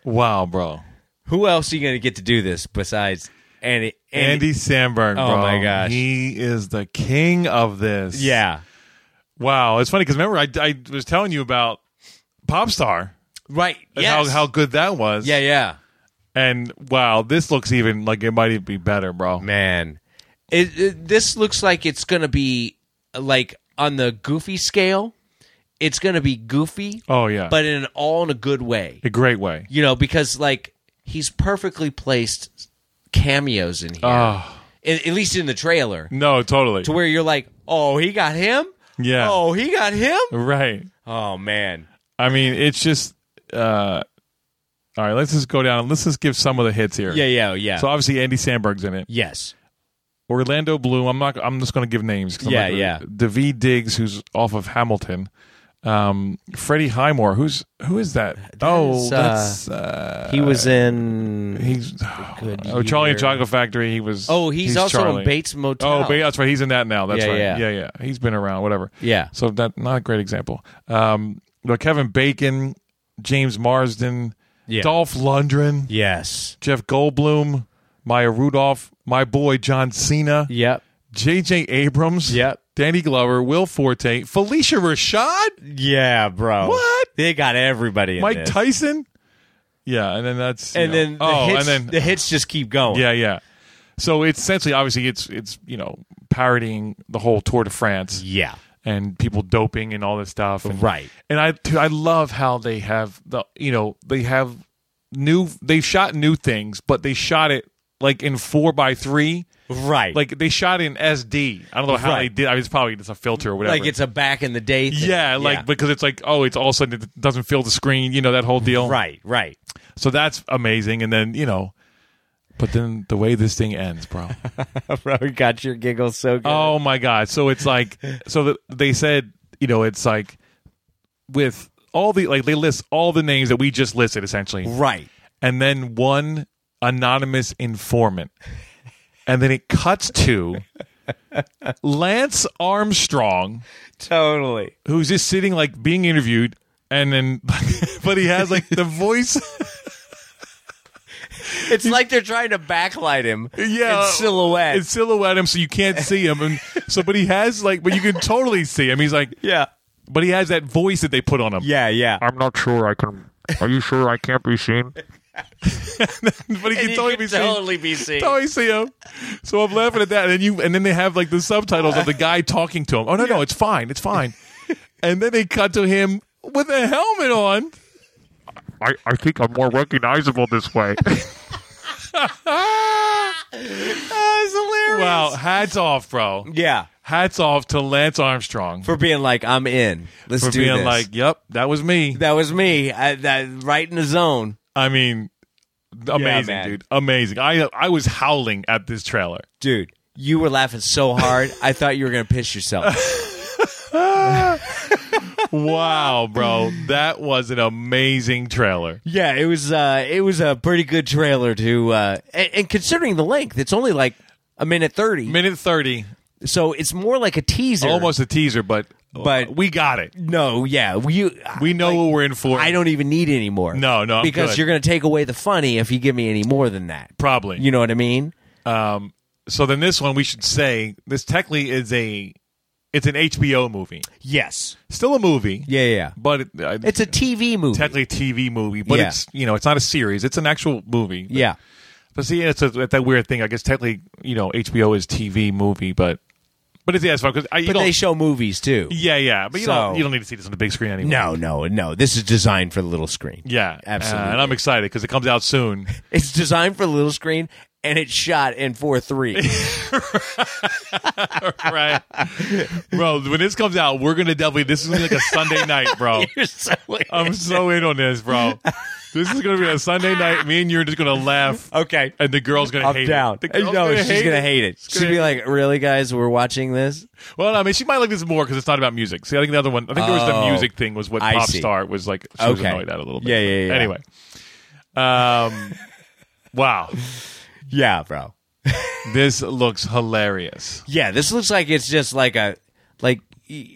Speaker 2: Wow, bro.
Speaker 1: Who else are you going to get to do this besides Andy?
Speaker 2: Andy, Samberg,
Speaker 1: Oh
Speaker 2: bro.
Speaker 1: my gosh.
Speaker 2: He is the king of this.
Speaker 1: Yeah.
Speaker 2: Wow. It's funny because remember, I, I was telling you about Popstar
Speaker 1: Right.
Speaker 2: and
Speaker 1: Yes.
Speaker 2: how, how good that was.
Speaker 1: yeah, yeah.
Speaker 2: And wow, this looks even like it might even be better, bro.
Speaker 1: Man, it, it- this looks like it's gonna be like on the goofy scale. It's gonna be goofy,
Speaker 2: Oh, yeah.
Speaker 1: but in all in a good way.
Speaker 2: a great way.
Speaker 1: You know, because like he's perfectly placed cameos in here,
Speaker 2: Ah.
Speaker 1: at, at least in the trailer,
Speaker 2: No, totally.
Speaker 1: to where you're like, oh, he got him.
Speaker 2: Yeah.
Speaker 1: Oh, he got him.
Speaker 2: right.
Speaker 1: Oh man.
Speaker 2: I mean, it's just. Uh, all right, let's just go down. Let's just give some of the hits here.
Speaker 1: Yeah, yeah, yeah.
Speaker 2: So uh, obviously Andy Sandberg's in it.
Speaker 1: yes.
Speaker 2: Orlando Bloom. I'm not. I'm just going to give names. 'cause I'm
Speaker 1: Yeah,
Speaker 2: not gonna-
Speaker 1: yeah.
Speaker 2: David Diggs, who's off of Hamilton. Um, Freddie Highmore. Who's who is that? oh,
Speaker 1: is, uh,
Speaker 2: that's uh,
Speaker 1: He was in.
Speaker 2: he's oh Charlie and Chocolate Factory. He was.
Speaker 1: Oh, he's, also
Speaker 2: Charlie.
Speaker 1: in Bates Motel.
Speaker 2: Oh, Bates. That's right. He's in that now. That's
Speaker 1: Yeah,
Speaker 2: right.
Speaker 1: yeah.
Speaker 2: yeah, yeah. He's been around. Whatever.
Speaker 1: Yeah.
Speaker 2: So that not a great example. Um, but Kevin Bacon, James Marsden,
Speaker 1: Yeah.
Speaker 2: Dolph Lundgren,
Speaker 1: Yes.
Speaker 2: Jeff Goldblum, Maya Rudolph, my boy John Cena,
Speaker 1: Yep.
Speaker 2: J.J. Abrams,
Speaker 1: Yep.
Speaker 2: Danny Glover, Will Forte, Felicia Rashad,
Speaker 1: Yeah, bro.
Speaker 2: What?
Speaker 1: They got everybody in
Speaker 2: Mike
Speaker 1: this.
Speaker 2: Tyson. Yeah, and then that's you
Speaker 1: And
Speaker 2: know-
Speaker 1: then the
Speaker 2: oh,
Speaker 1: hits
Speaker 2: and then
Speaker 1: the hits just keep going.
Speaker 2: yeah, yeah. So it's essentially, obviously, it's it's you know parodying the whole Tour de France.
Speaker 1: Yeah.
Speaker 2: and people doping and all this stuff. And,
Speaker 1: Right.
Speaker 2: And I dude, I love how they have the you know they have new they've shot new things, but they shot it like in four by three.
Speaker 1: Right.
Speaker 2: Like they shot in SD. I don't know how they
Speaker 1: Right.
Speaker 2: did. I mean, it's probably just a filter or whatever.
Speaker 1: like it's a back in the day thing.
Speaker 2: yeah, like because it's like oh, it's all of a sudden it doesn't fill the screen. You know that whole deal.
Speaker 1: Right, right.
Speaker 2: So that's amazing. And then you know, but then the way this thing ends, bro.
Speaker 1: bro, got your giggles so good.
Speaker 2: Oh my god! So it's like so that they said you know it's like with all the like they list all the names that we just listed essentially,
Speaker 1: Right.
Speaker 2: and then one anonymous informant, and then it cuts to Lance Armstrong
Speaker 1: Totally.
Speaker 2: who's just sitting like being interviewed, and then but he has like the voice.
Speaker 1: It's like they're trying to backlight him.
Speaker 2: Yeah,
Speaker 1: In silhouette.
Speaker 2: It's silhouette him, so you can't see him, and so but he has like, but you can totally see him. He's like,
Speaker 1: yeah.
Speaker 2: but he has that voice that they put on him.
Speaker 1: Yeah, yeah.
Speaker 2: Uh,
Speaker 4: I'm not sure I can. Are you sure I can't be seen?
Speaker 2: but he can
Speaker 1: you
Speaker 2: totally
Speaker 1: can
Speaker 2: be
Speaker 1: totally
Speaker 2: seen.
Speaker 1: be seen.
Speaker 2: Totally see him. So I'm laughing at that, and you, and then they have like the subtitles of the guy talking to him. Oh no, no, it's fine, it's fine. and then they cut to him with a helmet on.
Speaker 4: I, I think I'm more recognizable this way.
Speaker 1: That's hilarious.
Speaker 2: Wow, hats off, bro.
Speaker 1: Yeah.
Speaker 2: Hats off to Lance Armstrong
Speaker 1: For being like, I'm in. Let's
Speaker 2: for
Speaker 1: do
Speaker 2: being
Speaker 1: this.
Speaker 2: like, "Yep, that was me."
Speaker 1: that was me. I, that right in the zone.
Speaker 2: I mean, amazing,
Speaker 1: man.
Speaker 2: dude, amazing. I I was howling at this trailer.
Speaker 1: Dude, you were laughing so hard, I thought you were going to piss yourself.
Speaker 2: Wow, bro, that was an amazing trailer.
Speaker 1: Yeah, it was uh it was a pretty good trailer to uh and, and considering the length, it's only like a minute 30.
Speaker 2: Minute thirty,
Speaker 1: so it's more like a teaser.
Speaker 2: almost a teaser, but
Speaker 1: But-
Speaker 2: we got it.
Speaker 1: No, yeah. We
Speaker 2: We know what we're in for.
Speaker 1: I don't even need any more.
Speaker 2: No, no, I'm
Speaker 1: because
Speaker 2: good.
Speaker 1: you're going to take away the funny if you give me any more than that.
Speaker 2: probably.
Speaker 1: You know what I mean?
Speaker 2: so then this one we should say this technically is a It's an HBO movie.
Speaker 1: Yes.
Speaker 2: Still a movie.
Speaker 1: Yeah, yeah.
Speaker 2: But it, I-
Speaker 1: It's a TV movie.
Speaker 2: technically a TV movie, but
Speaker 1: Yeah.
Speaker 2: it's you know it's not a series. It's an actual movie. But-
Speaker 1: yeah.
Speaker 2: But see, it's, a, it's that weird thing. I guess technically, you know, HBO is TV movie, but but it's yeah, it's fine because you
Speaker 1: But
Speaker 2: don't.
Speaker 1: they show movies too.
Speaker 2: yeah, yeah. But you don't
Speaker 1: So-
Speaker 2: you don't need to see this on the big screen anymore.
Speaker 1: No, no, no. This is designed for the little screen.
Speaker 2: Yeah,
Speaker 1: Absolutely.
Speaker 2: Uh, and I'm excited because it comes out soon.
Speaker 1: It's designed for the little screen and it's shot in 4 3.
Speaker 2: right, bro. When this comes out, we're gonna definitely. This is gonna be like a Sunday night, bro. I'm so in on this, bro. This is gonna be a Sunday night. Me and you're just gonna laugh,
Speaker 1: okay.
Speaker 2: and the girl's gonna
Speaker 1: I'm
Speaker 2: hate
Speaker 1: down.
Speaker 2: it. The girl's
Speaker 1: No, she's
Speaker 2: hate
Speaker 1: gonna
Speaker 2: it.
Speaker 1: hate it. She'll
Speaker 2: gonna-
Speaker 1: be like, "Really, guys, we're watching this."
Speaker 2: Well, I mean, she might like this more because it's not about music. See, I think the other one, I think there was the
Speaker 1: Oh,
Speaker 2: music thing was what
Speaker 1: I
Speaker 2: pop
Speaker 1: see.
Speaker 2: star was like. She was
Speaker 1: Okay.
Speaker 2: annoyed at a little bit.
Speaker 1: Yeah, yeah, yeah.
Speaker 2: Anyway, um, wow,
Speaker 1: Yeah, bro.
Speaker 2: this looks hilarious.
Speaker 1: Yeah, this looks like it's just like a like y-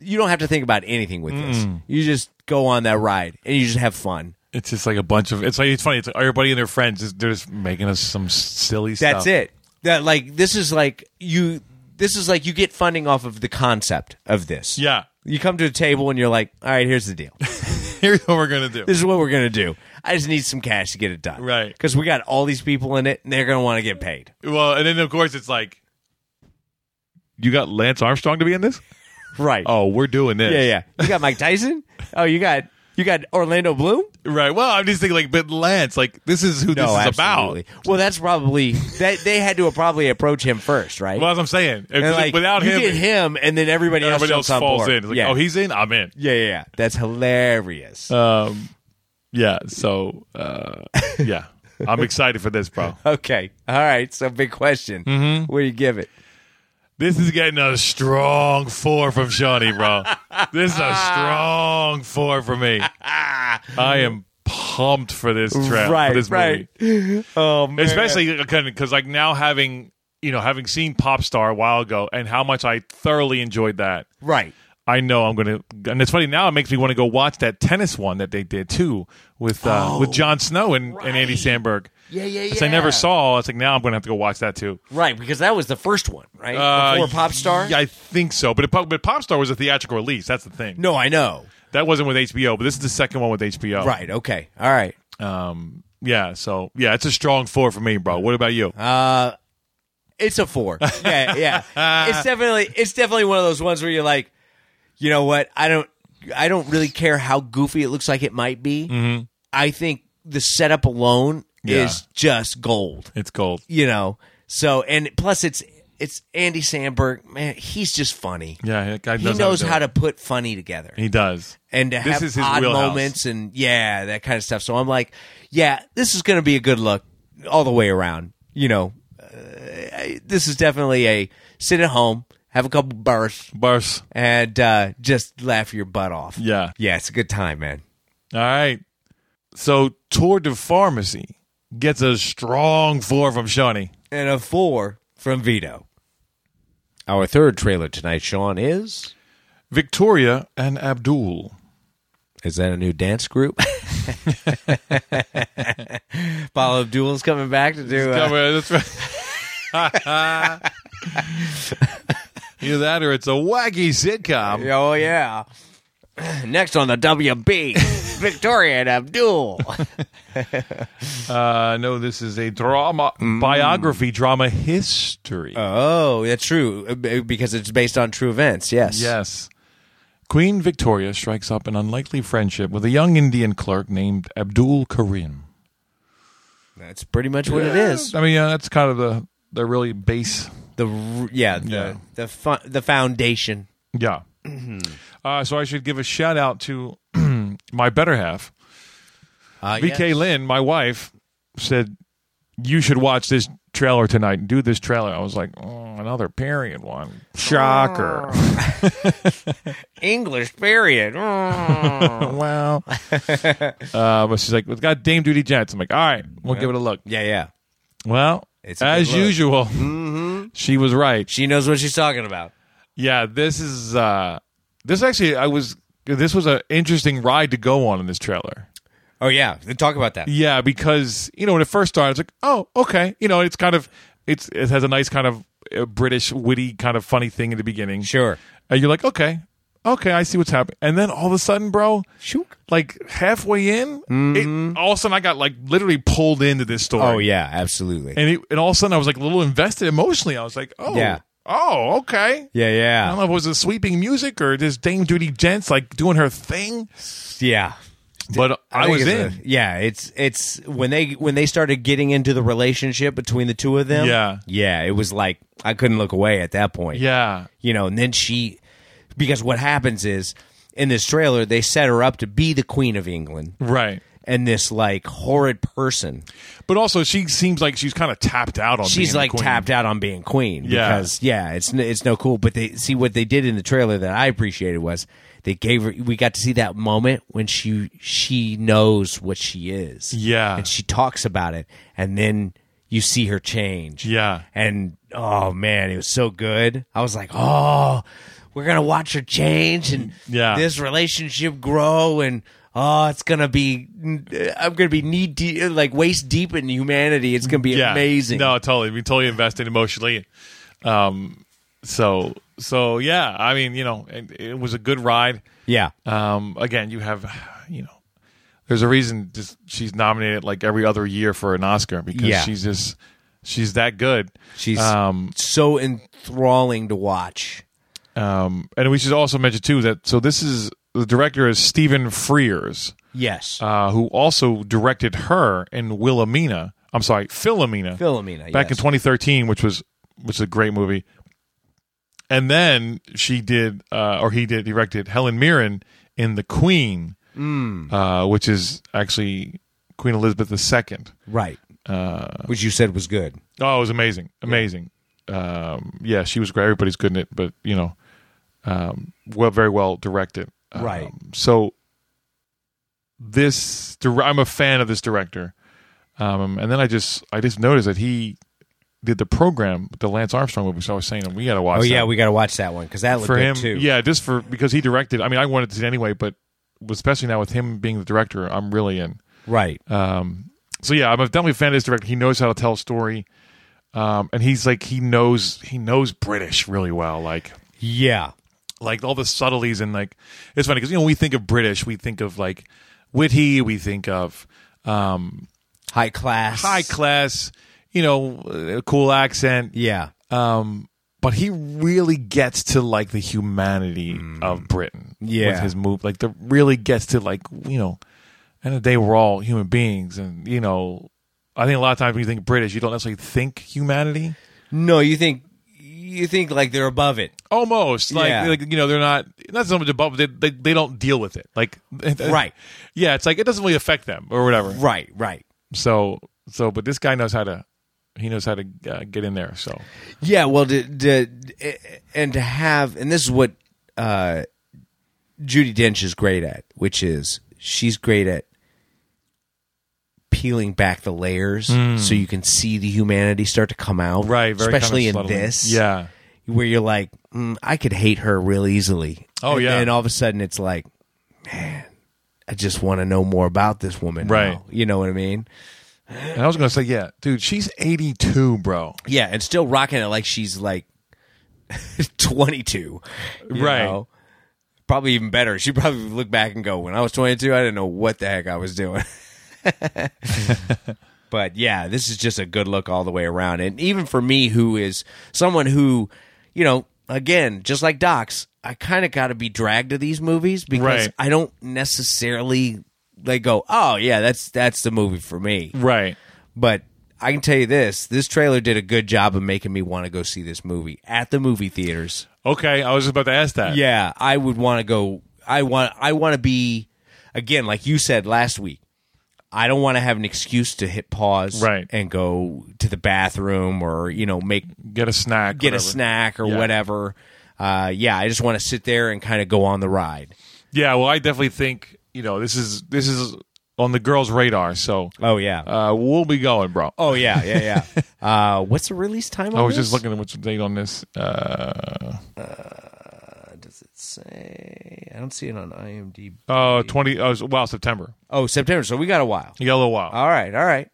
Speaker 1: you don't have to think about anything with this.
Speaker 2: Mm.
Speaker 1: You just go on that ride and you just have fun.
Speaker 2: It's just like a bunch of. It's like it's funny. It's like everybody and their friends. is- They're just making us some silly
Speaker 1: That's
Speaker 2: stuff.
Speaker 1: it. That like this is like you this is like you get funding off of the concept of this.
Speaker 2: Yeah.
Speaker 1: You come to a table and you're like, "All right, here's the deal.
Speaker 2: Here's what we're gonna do.
Speaker 1: This is what we're going to do. I just need some cash to get it done."
Speaker 2: Right.
Speaker 1: Cuz we got all these people in it and they're going to want to get paid.
Speaker 2: Well, and then of course it's like, you got Lance Armstrong to be in this.
Speaker 1: Right.
Speaker 2: Oh, we're doing this.
Speaker 1: Yeah, yeah. You got Mike Tyson? oh, you got you got Orlando Bloom?
Speaker 2: Right. Well, I'm just thinking like, but Lance, like, this is who this is about.
Speaker 1: about. Well, that's probably that they had to probably approach him first, right?
Speaker 2: Well, that's what I'm saying. If-
Speaker 1: and like,
Speaker 2: without
Speaker 1: you
Speaker 2: him,
Speaker 1: get him, and then everybody,
Speaker 2: everybody else
Speaker 1: else, jumps on
Speaker 2: falls
Speaker 1: board.
Speaker 2: in. It's like,
Speaker 1: yeah.
Speaker 2: oh, Uh, he's in. I'm in.
Speaker 1: yeah, yeah, yeah. That's hilarious.
Speaker 2: Yeah. So, uh, yeah, I'm excited for this, bro.
Speaker 1: okay, all right. So, big question:
Speaker 2: Mm-hmm.
Speaker 1: Where do you give it?
Speaker 2: This is getting a strong four from Shawnee, bro. this is a strong four for me. I am pumped for this trip,
Speaker 1: Right,
Speaker 2: for this
Speaker 1: right.
Speaker 2: movie,
Speaker 1: Oh man,
Speaker 2: especially because like now having you know having seen Popstar a while ago and how much I thoroughly enjoyed that.
Speaker 1: right.
Speaker 2: I know I'm gonna, and it's funny now. It makes me want to go watch that tennis one that they did too with uh, with Jon Snow and, and Andy Sandberg.
Speaker 1: Oh, Yeah, yeah,
Speaker 2: Which I never saw. It's like now I'm gonna have to go watch that too.
Speaker 1: Right, because that was the first one, right?
Speaker 2: Uh,
Speaker 1: Before Popstar.
Speaker 2: yeah, I think so. But it, pop- but Popstar was a theatrical release. That's the thing.
Speaker 1: no, I know.
Speaker 2: that wasn't with HBO. But this is the second one with HBO.
Speaker 1: Right. Okay. All right.
Speaker 2: Um. Yeah. So yeah, it's a strong four for me, bro. What about you?
Speaker 1: Uh, It's a four. Yeah, yeah. it's definitely it's definitely one of those ones where you're like, you know what? I don't I don't really care how goofy it looks like it might be. I think the setup alone
Speaker 2: Mm-hmm. Yeah.
Speaker 1: is just gold.
Speaker 2: it's gold.
Speaker 1: You know. So and plus it's it's Andy Sandberg. Man, he's just funny.
Speaker 2: Yeah, that guy
Speaker 1: He
Speaker 2: knows how to
Speaker 1: knows
Speaker 2: do
Speaker 1: how
Speaker 2: it.
Speaker 1: to put funny together
Speaker 2: He does.
Speaker 1: and to
Speaker 2: This
Speaker 1: have
Speaker 2: is his
Speaker 1: odd
Speaker 2: wheelhouse.
Speaker 1: moments and yeah, that kind of stuff. So I'm like, yeah, this is going to be a good look all the way around. You know, uh, I- this is definitely a sit at home, have a couple bars,
Speaker 2: Bars.
Speaker 1: and uh, just laugh your butt off.
Speaker 2: Yeah.
Speaker 1: yeah, it's a good time, man.
Speaker 2: All right. So Tour de Pharmacy gets a strong four from Shawnee.
Speaker 1: And a four from Vito. Our third trailer tonight, Sean, is
Speaker 2: Victoria and Abdul.
Speaker 1: is that a new dance group? Paul Abdul's coming back to do.
Speaker 2: Yeah,
Speaker 1: Uh,
Speaker 2: well, that's right. Either that or it's a wacky sitcom.
Speaker 1: Oh yeah. Next on the WB, Victoria and Abdul.
Speaker 2: Uh, no, this is a drama biography, drama history.
Speaker 1: oh, that's true uh, b- because it's based on true events. Yes.
Speaker 2: Yes. Queen Victoria strikes up an unlikely friendship with a young Indian clerk named Abdul Karim.
Speaker 1: That's pretty much what it is.
Speaker 2: I mean, yeah, that's kind of the the really base
Speaker 1: The r- yeah, the
Speaker 2: Yeah.
Speaker 1: the, fu- the foundation.
Speaker 2: Yeah. Uh, so I should give a shout out to my better half,
Speaker 1: Uh,
Speaker 2: VK
Speaker 1: yes.
Speaker 2: Lynn, my wife, said you should watch this trailer tonight and do this trailer. I was like, oh, another period one, shocker.
Speaker 1: English period. Mm.
Speaker 2: wow. uh, but she's like, it's got Dame Duty Jets. I'm like, all right, we'll give it a look.
Speaker 1: yeah, yeah.
Speaker 2: Well,
Speaker 1: It's a
Speaker 2: as
Speaker 1: good look. Mm-hmm.
Speaker 2: usual, she was right.
Speaker 1: She knows what she's talking about.
Speaker 2: Yeah, this is uh, this actually. I was this was an interesting ride to go on in this trailer.
Speaker 1: Oh yeah, talk about that.
Speaker 2: Yeah, because you know when it first started, it's like, oh, okay, you know, it's kind of it's it has a nice kind of a British witty kind of funny thing in the beginning.
Speaker 1: Sure.
Speaker 2: And you're like, okay, okay, I see what's happening. And then all of a sudden, bro,
Speaker 1: Shook.
Speaker 2: like halfway in, it, all of a sudden I got like literally pulled into this story.
Speaker 1: Mm-hmm. Oh yeah, absolutely.
Speaker 2: And, it, and all of a sudden I was like a little invested emotionally. I was like, oh,
Speaker 1: Yeah.
Speaker 2: oh, okay.
Speaker 1: yeah,
Speaker 2: I don't
Speaker 1: yeah,
Speaker 2: know if it was the sweeping music or just Dame Duty Gents like doing her thing,
Speaker 1: yeah.
Speaker 2: but I,
Speaker 1: think
Speaker 2: was in.
Speaker 1: it's a- yeah, it's it's when they when they started getting into the relationship between the two of them.
Speaker 2: Yeah.
Speaker 1: yeah. It was like I couldn't look away at that point.
Speaker 2: yeah,
Speaker 1: you know, and then she because what happens is in this trailer they set her up to be the queen of England
Speaker 2: right.
Speaker 1: and this like horrid person.
Speaker 2: But also, she seems like she's kind of tapped out on.
Speaker 1: She's
Speaker 2: being the
Speaker 1: like
Speaker 2: queen.
Speaker 1: tapped out on being queen
Speaker 2: Yeah.
Speaker 1: because yeah, it's n- it's no cool. But they see what they did in the trailer that I appreciated was they gave her. We got to see that moment when she she knows what she is.
Speaker 2: Yeah.
Speaker 1: and she talks about it, and then you see her change.
Speaker 2: Yeah.
Speaker 1: and oh man, it was so good. I was like, oh, we're gonna watch her change and
Speaker 2: Yeah.
Speaker 1: this relationship grow and. Oh, it's gonna be! I'm gonna be knee deep, like waist deep in humanity. It's gonna be
Speaker 2: Yeah.
Speaker 1: amazing.
Speaker 2: No, totally. We totally invested emotionally. Um, so so yeah. I mean, you know, it, it was a good ride.
Speaker 1: Yeah.
Speaker 2: Um, again, you have, you know, there's a reason just she's nominated like every other year for an Oscar because
Speaker 1: Yeah.
Speaker 2: she's just she's that good.
Speaker 1: She's
Speaker 2: um,
Speaker 1: so enthralling to watch.
Speaker 2: um, and we should also mention too that so this is the director is Stephen Frears.
Speaker 1: Yes.
Speaker 2: uh, who also directed her in Wilhelmina. I'm sorry, Philomena.
Speaker 1: Philomena,
Speaker 2: Back in
Speaker 1: yes.
Speaker 2: 2013, which was which is a great movie. And then she did, uh, or he did, directed Helen Mirren in The Queen, uh, which is actually Queen Elizabeth II.
Speaker 1: right.
Speaker 2: Uh,
Speaker 1: Which you said was good.
Speaker 2: Oh, it was amazing, amazing. Um, yeah, she was great. Everybody's good in it, but you know, um, well, very well directed. Um,
Speaker 1: Right.
Speaker 2: So this, dir- I'm a fan of this director. Um, and then I just, I just noticed that he did the program, the Lance Armstrong movie. So I was saying, we got to watch.
Speaker 1: Oh yeah,
Speaker 2: that.
Speaker 1: we got to watch that one because that looked
Speaker 2: for
Speaker 1: good
Speaker 2: him,
Speaker 1: too.
Speaker 2: yeah, just for because he directed. I mean, I wanted to see it anyway, but especially now with him being the director, I'm really in.
Speaker 1: Right.
Speaker 2: Um, so yeah, I'm definitely a fan of this director. He knows how to tell a story, um, and he's like he knows he knows British really well. Like
Speaker 1: yeah.
Speaker 2: like all the subtleties and like it's funny because you know when we think of British, we think of like witty, we think of um,
Speaker 1: High class.
Speaker 2: high class, you know, uh, cool accent.
Speaker 1: Yeah.
Speaker 2: Um, but he really gets to like the humanity of Britain
Speaker 1: Yeah.
Speaker 2: with his move. Like, the really gets to like you know, end of the day we're all human beings, and you know, I think a lot of times when you think British, you don't necessarily think humanity.
Speaker 1: No, you think you think like they're above it.
Speaker 2: Almost like,
Speaker 1: Yeah.
Speaker 2: like you know they're not not so much above they, they they don't deal with it like
Speaker 1: Right.
Speaker 2: yeah it's like it doesn't really affect them or whatever
Speaker 1: Right. Right.
Speaker 2: so so but this guy knows how to he knows how to uh, get in there so
Speaker 1: Yeah, well, to, to, and to have, and this is what uh, Judy Dench is great at, which is she's great at peeling back the layers so you can see the humanity start to come out.
Speaker 2: Mm. right very kind of
Speaker 1: especially in
Speaker 2: subtly.
Speaker 1: this,
Speaker 2: yeah
Speaker 1: where you're like, mm, I could hate her real easily.
Speaker 2: Oh,
Speaker 1: and
Speaker 2: yeah.
Speaker 1: and all of a sudden it's like, man, I just want to know more about this woman. now."
Speaker 2: Right.
Speaker 1: you know what I mean?
Speaker 2: And I was gonna say, yeah, dude, she's eighty two, bro.
Speaker 1: Yeah, and still rocking it like she's like 22. you
Speaker 2: Right.
Speaker 1: know? Probably even better. She probably would look back and go, "When I was 22, I didn't know what the heck I was doing." but yeah, this is just a good look all the way around. And even for me who is someone who, you know, again, just like Docs, I kind of got to be dragged to these movies because
Speaker 2: Right.
Speaker 1: I don't necessarily like go, "Oh, yeah, that's that's the movie for me."
Speaker 2: Right.
Speaker 1: But I can tell you this: this trailer did a good job of making me want to go see this movie at the movie theaters.
Speaker 2: Okay, I was just about to ask that.
Speaker 1: Yeah, I would want to go. I want. I want to be again, like you said last week. I don't want to have an excuse to hit pause
Speaker 2: Right.
Speaker 1: and go to the bathroom or you know make
Speaker 2: Get a snack.
Speaker 1: get a
Speaker 2: whatever.
Speaker 1: snack or
Speaker 2: Yeah.
Speaker 1: whatever. Uh, yeah, I just want to sit there and kind of go on the ride.
Speaker 2: Yeah. Well, I definitely think you know this is this is on the girls' radar, so
Speaker 1: Oh yeah.
Speaker 2: uh, we'll be going, bro.
Speaker 1: oh yeah. Yeah yeah. uh, what's the release time? On
Speaker 2: I was Oh,
Speaker 1: this?
Speaker 2: just looking at what's the date on this. Uh,
Speaker 1: Does it say? I don't see it on IMDb.
Speaker 2: uh twenty. Oh, wow, September.
Speaker 1: Oh, September. So we got a while.
Speaker 2: Yellow. Wow.
Speaker 1: All right, all right.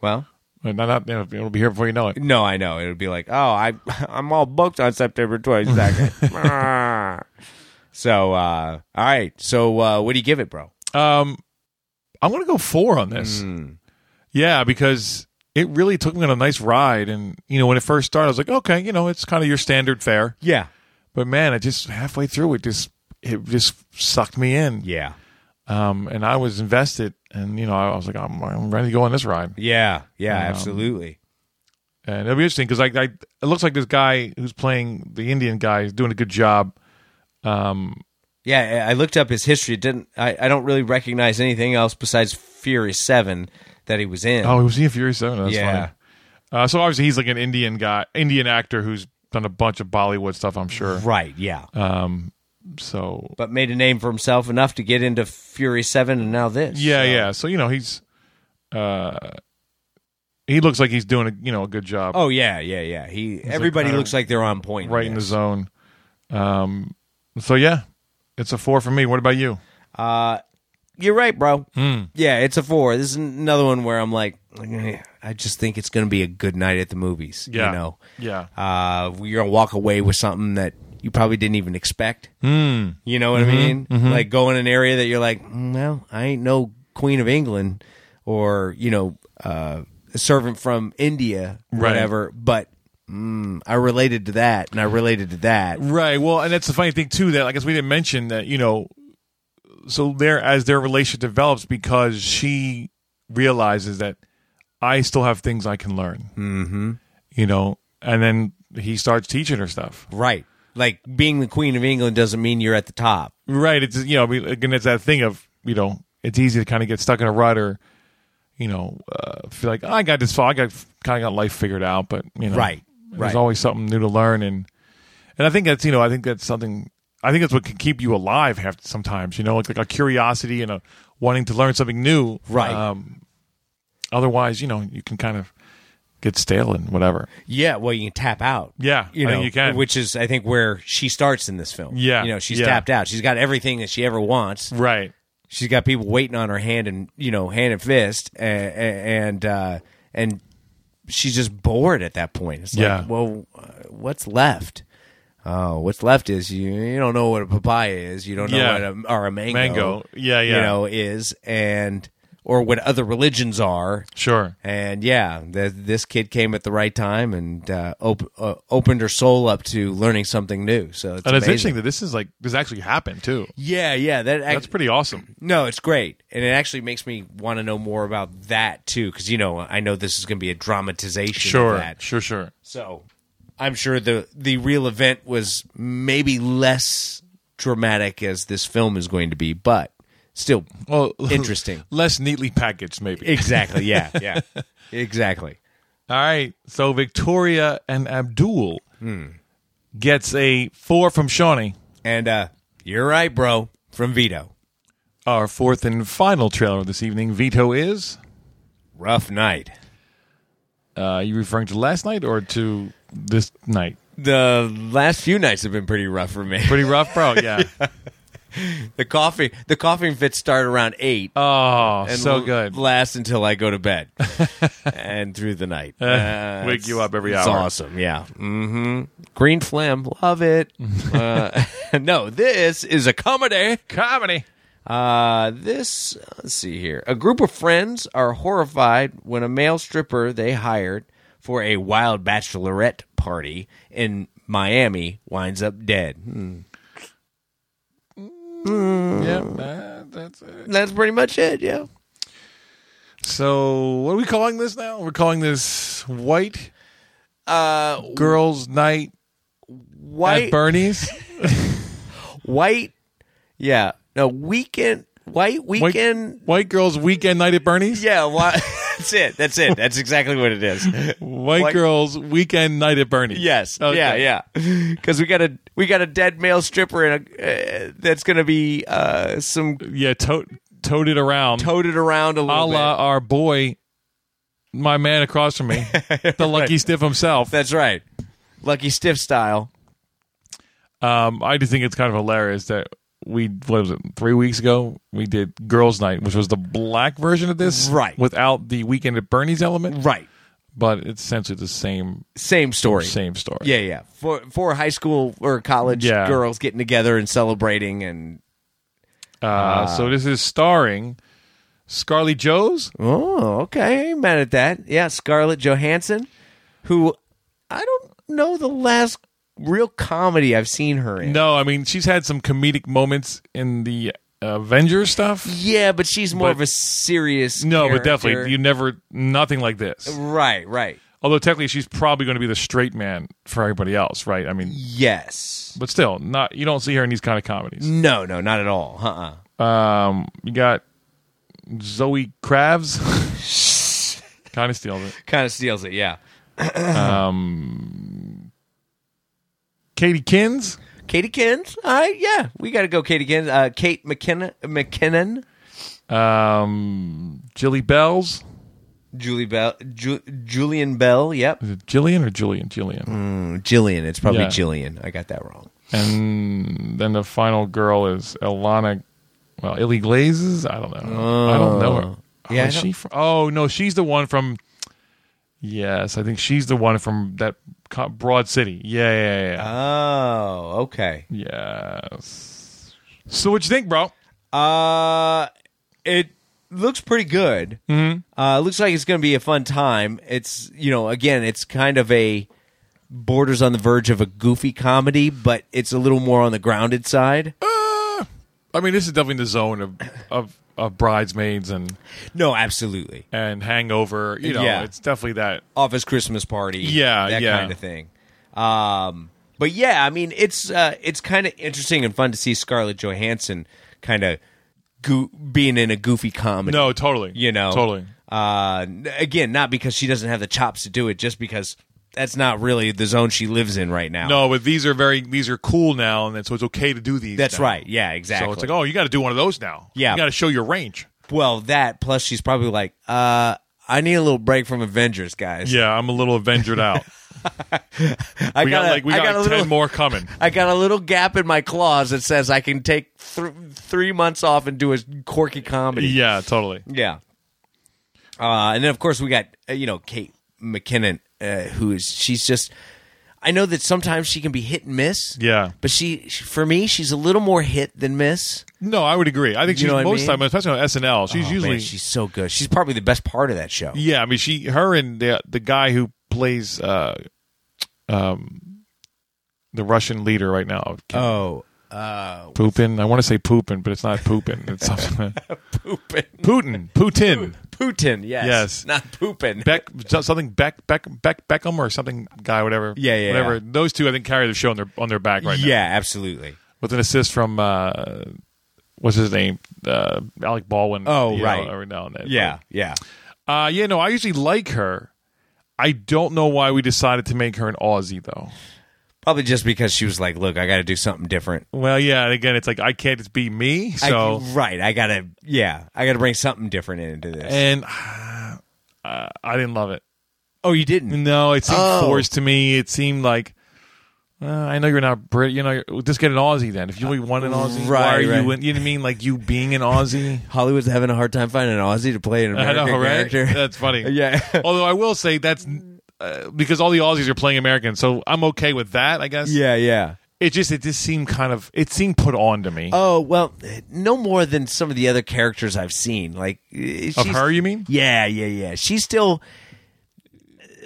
Speaker 1: Well,
Speaker 2: Not, not, you know, it'll be here before you know it.
Speaker 1: No, I know. It would be like, oh, I I'm all booked on September 22nd. Ah. so, uh, all right. So, uh, what do you give it, bro?
Speaker 2: Um, I'm gonna go four on this.
Speaker 1: Hmm.
Speaker 2: Yeah, because it really took me on a nice ride, and you know when it first started, I was like, okay, you know it's kind of your standard fare.
Speaker 1: Yeah.
Speaker 2: But man, it just halfway through, it just it just sucked me in.
Speaker 1: Yeah.
Speaker 2: Um, and I was invested, and you know I was like, I'm, I'm ready to go on this ride,
Speaker 1: Yeah. Yeah,
Speaker 2: Um,
Speaker 1: absolutely.
Speaker 2: and it'll be interesting because I, I it looks like this guy who's playing the Indian guy is doing a good job.
Speaker 1: Yeah, I I looked up his history. It didn't I, I don't really recognize anything else besides Fury 7 that he was in.
Speaker 2: Oh, was he in Fury Seven? That's
Speaker 1: Yeah.
Speaker 2: funny. Uh, so obviously he's like an Indian guy, Indian actor who's done a bunch of Bollywood stuff. I'm sure. Uh,
Speaker 1: Right, yeah. Mm-hmm.
Speaker 2: So
Speaker 1: but made a name for himself enough to get into Fury 7 and now this.
Speaker 2: Yeah,
Speaker 1: So-
Speaker 2: yeah. So you know he's, uh, he looks like he's doing a you know a good job,
Speaker 1: Oh, yeah, yeah, yeah. He everybody
Speaker 2: kinda
Speaker 1: looks like they're on point. in
Speaker 2: uh, right in the
Speaker 1: this.
Speaker 2: zone. Um, so yeah, it's a four for me. What about you?
Speaker 1: You're right, bro.
Speaker 2: Hmm.
Speaker 1: Yeah, it's a four. This is another one where I'm like, eh, I just think it's going to be a good night at the movies.
Speaker 2: Yeah.
Speaker 1: You know,
Speaker 2: Yeah,
Speaker 1: uh, you're going to walk away with something that you probably didn't even expect.
Speaker 2: Hmm.
Speaker 1: You know
Speaker 2: Mm-hmm.
Speaker 1: what I mean? Like go in an area that you're like, "Mm, well, I ain't no Queen of England or, you know, uh, a servant from India,
Speaker 2: Right.
Speaker 1: whatever, but mm, I related to that and I related to that.
Speaker 2: right. Well, and that's the funny thing too that I guess we didn't mention that you know, so there as their relationship develops because she realizes that I still have things I can learn. Mm-hmm. You know, and then he starts teaching her stuff.
Speaker 1: Right. Like being the Queen of England doesn't mean you're at the top.
Speaker 2: Right. It's you know, I mean, again, it's that thing of you know, it's easy to kind of get stuck in a rut or, you know, uh, feel like "Oh, I got this. far. I got kind of got life figured out, but you know,
Speaker 1: Right,
Speaker 2: There's
Speaker 1: right.
Speaker 2: always something new to learn, and and I think that's you know, I think that's something. I think that's what can keep you alive. Have sometimes you know, like, like a curiosity and a wanting to learn something new.
Speaker 1: Right.
Speaker 2: Um, otherwise, you know, you can kind of get stale and whatever.
Speaker 1: Yeah, well, you can tap out.
Speaker 2: Yeah,
Speaker 1: you
Speaker 2: I
Speaker 1: know,
Speaker 2: think you can.
Speaker 1: Which is, I think, where she starts in this film.
Speaker 2: Yeah,
Speaker 1: you know, she's
Speaker 2: yeah.
Speaker 1: tapped out. She's got everything that she ever wants.
Speaker 2: Right.
Speaker 1: She's got people waiting on her hand and you know, hand and fist, and and uh, and she's just bored at that point. It's like,
Speaker 2: Yeah.
Speaker 1: well, uh, what's left? Oh, what's left is you. You don't know what a papaya is. You don't know
Speaker 2: Yeah.
Speaker 1: what a or a mango.
Speaker 2: Mango. Yeah, yeah.
Speaker 1: You know is and or what other religions are.
Speaker 2: Sure.
Speaker 1: And yeah, th- this kid came at the right time and uh, op- uh, opened her soul up to learning something new. So it's
Speaker 2: and it's
Speaker 1: amazing.
Speaker 2: interesting that this is like this actually happened too.
Speaker 1: yeah, yeah, that act-
Speaker 2: That's pretty awesome.
Speaker 1: no, it's great, and it actually makes me want to know more about that too, because you know I know this is going to be a dramatization.
Speaker 2: Sure.
Speaker 1: of that.
Speaker 2: Sure. Sure.
Speaker 1: So I'm sure the the real event was maybe less dramatic as this film is going to be, but still
Speaker 2: well,
Speaker 1: interesting.
Speaker 2: less neatly packaged, maybe.
Speaker 1: exactly. Yeah, yeah, exactly.
Speaker 2: All right. So Victoria and Abdul gets a four from Shawnee.
Speaker 1: And uh, you're right, bro. From Vito.
Speaker 2: Our fourth and final trailer this evening, Vito is.
Speaker 1: rough night.
Speaker 2: Uh, are you referring to last night or to this night?
Speaker 1: The last few nights have been pretty rough for me.
Speaker 2: Pretty rough, bro. Yeah.
Speaker 1: The coffee, the coughing fits start around eight
Speaker 2: Oh,
Speaker 1: and
Speaker 2: so
Speaker 1: l-
Speaker 2: good.
Speaker 1: last until I go to bed and through the night. Uh,
Speaker 2: Wake you up every
Speaker 1: it's
Speaker 2: hour.
Speaker 1: awesome. Yeah. hmm Green Flim, love it. uh, no, this is a comedy.
Speaker 2: Comedy.
Speaker 1: Uh, this, let's see here. A group of friends are horrified when a male stripper they hired for a wild bachelorette party in Miami winds up dead. Hmm.
Speaker 2: Yeah. uh, that's it.
Speaker 1: That's pretty much it, yeah.
Speaker 2: So, what are we calling this now? We're calling this White uh, Girls Night at
Speaker 1: White,
Speaker 2: Bernie's.
Speaker 1: white, yeah. No, weekend, white
Speaker 2: White,
Speaker 1: weekend.
Speaker 2: White Girls Weekend Night at Bernie's?
Speaker 1: Yeah, why, that's it. That's it. That's exactly what it is.
Speaker 2: White,
Speaker 1: White-
Speaker 2: girls weekend night at Bernie's. Oh,
Speaker 1: Yes.
Speaker 2: Okay.
Speaker 1: Yeah, yeah. Because we got a we got a dead male stripper and a, uh, that's going to be uh, some
Speaker 2: yeah. To- toted around,
Speaker 1: toted around
Speaker 2: a
Speaker 1: a little
Speaker 2: la
Speaker 1: bit.
Speaker 2: our boy, my man across from me, the lucky stiff himself.
Speaker 1: That's right. Lucky Stiff style.
Speaker 2: Um, I do think it's kind of hilarious that we what was it three weeks ago we did girls' night, which was the black version of this,
Speaker 1: Right.
Speaker 2: Without the weekend at Bernie's element,
Speaker 1: Right.
Speaker 2: but it's essentially the same
Speaker 1: Same story.
Speaker 2: same story.
Speaker 1: Yeah, yeah. Four, four high school or college
Speaker 2: Yeah.
Speaker 1: girls getting together and celebrating, and
Speaker 2: Uh, so this is starring Scarlett Joes.
Speaker 1: oh, okay, I ain't mad at that. Yeah, Scarlett Johansson, who I don't know the last real comedy I've seen her in.
Speaker 2: No, I mean she's had some comedic moments in the Avengers stuff.
Speaker 1: Yeah, but she's more
Speaker 2: But-
Speaker 1: of a serious.
Speaker 2: No, but
Speaker 1: character.
Speaker 2: definitely you never nothing like this.
Speaker 1: Right, right.
Speaker 2: Although technically she's probably going to be the straight man for everybody else, right? I mean,
Speaker 1: Yes.
Speaker 2: but still, not you don't see her in these kind of comedies.
Speaker 1: No, no, not at all. Uh uh
Speaker 2: Um, you got Zoe Kravs. kind of steals it.
Speaker 1: Kind of steals it, yeah.
Speaker 2: Katie Kins.
Speaker 1: Katie Kins? All right, yeah. We got to go Katie Kins. Uh, Kate McKenna, McKinnon,
Speaker 2: Um, Jilly Bells.
Speaker 1: Julie Bell, Ju- Julian Bell, yep.
Speaker 2: Is it Jillian or Julian? Jillian.
Speaker 1: Jillian. It's probably
Speaker 2: Mm-hmm. Yeah.
Speaker 1: Jillian. I got that wrong.
Speaker 2: And then the final girl is Elana. Well, Illy Glazes. I don't know. I don't know her. Oh,
Speaker 1: Yeah, I
Speaker 2: is
Speaker 1: don't-
Speaker 2: she? From, oh no, she's the one from. Yes, I think she's the one from that co- Broad City. Yeah, yeah,
Speaker 1: Uh.
Speaker 2: yeah.
Speaker 1: Oh, okay.
Speaker 2: yes. So what you think, bro?
Speaker 1: Uh, it looks pretty good. Mm-hmm. Uh, it looks like it's going to be a fun time. It's you know, again, it's kind of a borders on the verge of a goofy comedy, but it's a little more on the grounded side.
Speaker 2: I mean, this is definitely in the zone of of, of bridesmaids and
Speaker 1: No, absolutely.
Speaker 2: and Hangover. You know,
Speaker 1: Yeah.
Speaker 2: it's definitely that.
Speaker 1: Office Christmas party,
Speaker 2: Yeah,
Speaker 1: that
Speaker 2: yeah.
Speaker 1: kind of thing. Um, but yeah, I mean, it's uh, it's kind of interesting and fun to see Scarlett Johansson kind of goo being in a goofy comedy.
Speaker 2: No, totally.
Speaker 1: you know
Speaker 2: totally.
Speaker 1: uh n- again not because she doesn't have the chops to do it just because that's not really the zone she lives in right now
Speaker 2: No, but these are very these are cool now, and then, so it's okay to do these.
Speaker 1: that's
Speaker 2: now.
Speaker 1: right yeah exactly
Speaker 2: So it's like, oh, you got to do one of those now.
Speaker 1: Yeah.
Speaker 2: you got to show your range.
Speaker 1: well that plus she's probably like uh i need a little break from avengers guys
Speaker 2: Yeah, I'm a little Avengered out.
Speaker 1: i
Speaker 2: We got,
Speaker 1: a-
Speaker 2: like we
Speaker 1: I
Speaker 2: got,
Speaker 1: a
Speaker 2: like,
Speaker 1: little
Speaker 2: ten more coming.
Speaker 1: i got a little gap in my claws that says i can take th- three months off and do a quirky comedy
Speaker 2: yeah, totally.
Speaker 1: Yeah. Uh, and then of course we got uh, you know Kate McKinnon, uh, who is she's just. I know that sometimes she can be hit and miss.
Speaker 2: Yeah.
Speaker 1: But she, she- for me, she's a little more hit than miss.
Speaker 2: No, I would agree. I think
Speaker 1: You
Speaker 2: she's
Speaker 1: know what I
Speaker 2: most
Speaker 1: mean?
Speaker 2: time, especially on SNL, she's
Speaker 1: Oh,
Speaker 2: usually.
Speaker 1: man, she's so good. She's probably the best part of that show.
Speaker 2: yeah, I mean, she, her, and the the guy who plays, uh, um, the Russian leader right now,
Speaker 1: Oh,
Speaker 2: Poopin. I want to say Poopin, but it's not Poopin. It's something. Putin, Putin,
Speaker 1: Putin. Yes.
Speaker 2: Yes.
Speaker 1: Not pooping.
Speaker 2: Beck, something Beck, Beck, Beck, Beckham, or something guy, whatever.
Speaker 1: Yeah, yeah,
Speaker 2: whatever.
Speaker 1: yeah.
Speaker 2: Those two, I think, carry the show on their on their back right now.
Speaker 1: yeah, absolutely.
Speaker 2: with an assist from uh, what's his name, uh, Alec Baldwin.
Speaker 1: Oh,
Speaker 2: you know,
Speaker 1: right.
Speaker 2: every now and then.
Speaker 1: Yeah, yeah.
Speaker 2: uh, yeah. No, I usually like her. I don't know why we decided to make her an Aussie though.
Speaker 1: Probably just because she was like, "Look, I got to do something different."
Speaker 2: Well, yeah. And again, it's like I can't just be me.
Speaker 1: I-
Speaker 2: So
Speaker 1: right, I gotta, yeah, I gotta bring something different into this.
Speaker 2: and uh, I didn't love it.
Speaker 1: oh, you didn't?
Speaker 2: No, it seemed
Speaker 3: Oh.
Speaker 2: forced to me. It seemed like. Uh, I know you're not Brit. You know, you're, just get an Aussie then. If you really want an Aussie, why are
Speaker 1: right,
Speaker 2: you?
Speaker 1: right.
Speaker 2: in- You know what I mean? Like you being an Aussie.
Speaker 1: Hollywood's having a hard time finding an Aussie to play an American
Speaker 2: I know, right?
Speaker 1: character.
Speaker 2: That's funny.
Speaker 1: Yeah.
Speaker 2: Although I will say that's uh, because all the Aussies are playing Americans, so I'm okay with that. I guess.
Speaker 1: yeah, yeah.
Speaker 2: It just it just seemed kind of it seemed put on to me.
Speaker 1: Oh well, no more than some of the other characters I've seen. Like eh, she's,
Speaker 2: of her, you mean?
Speaker 1: Yeah, yeah, yeah. She's still.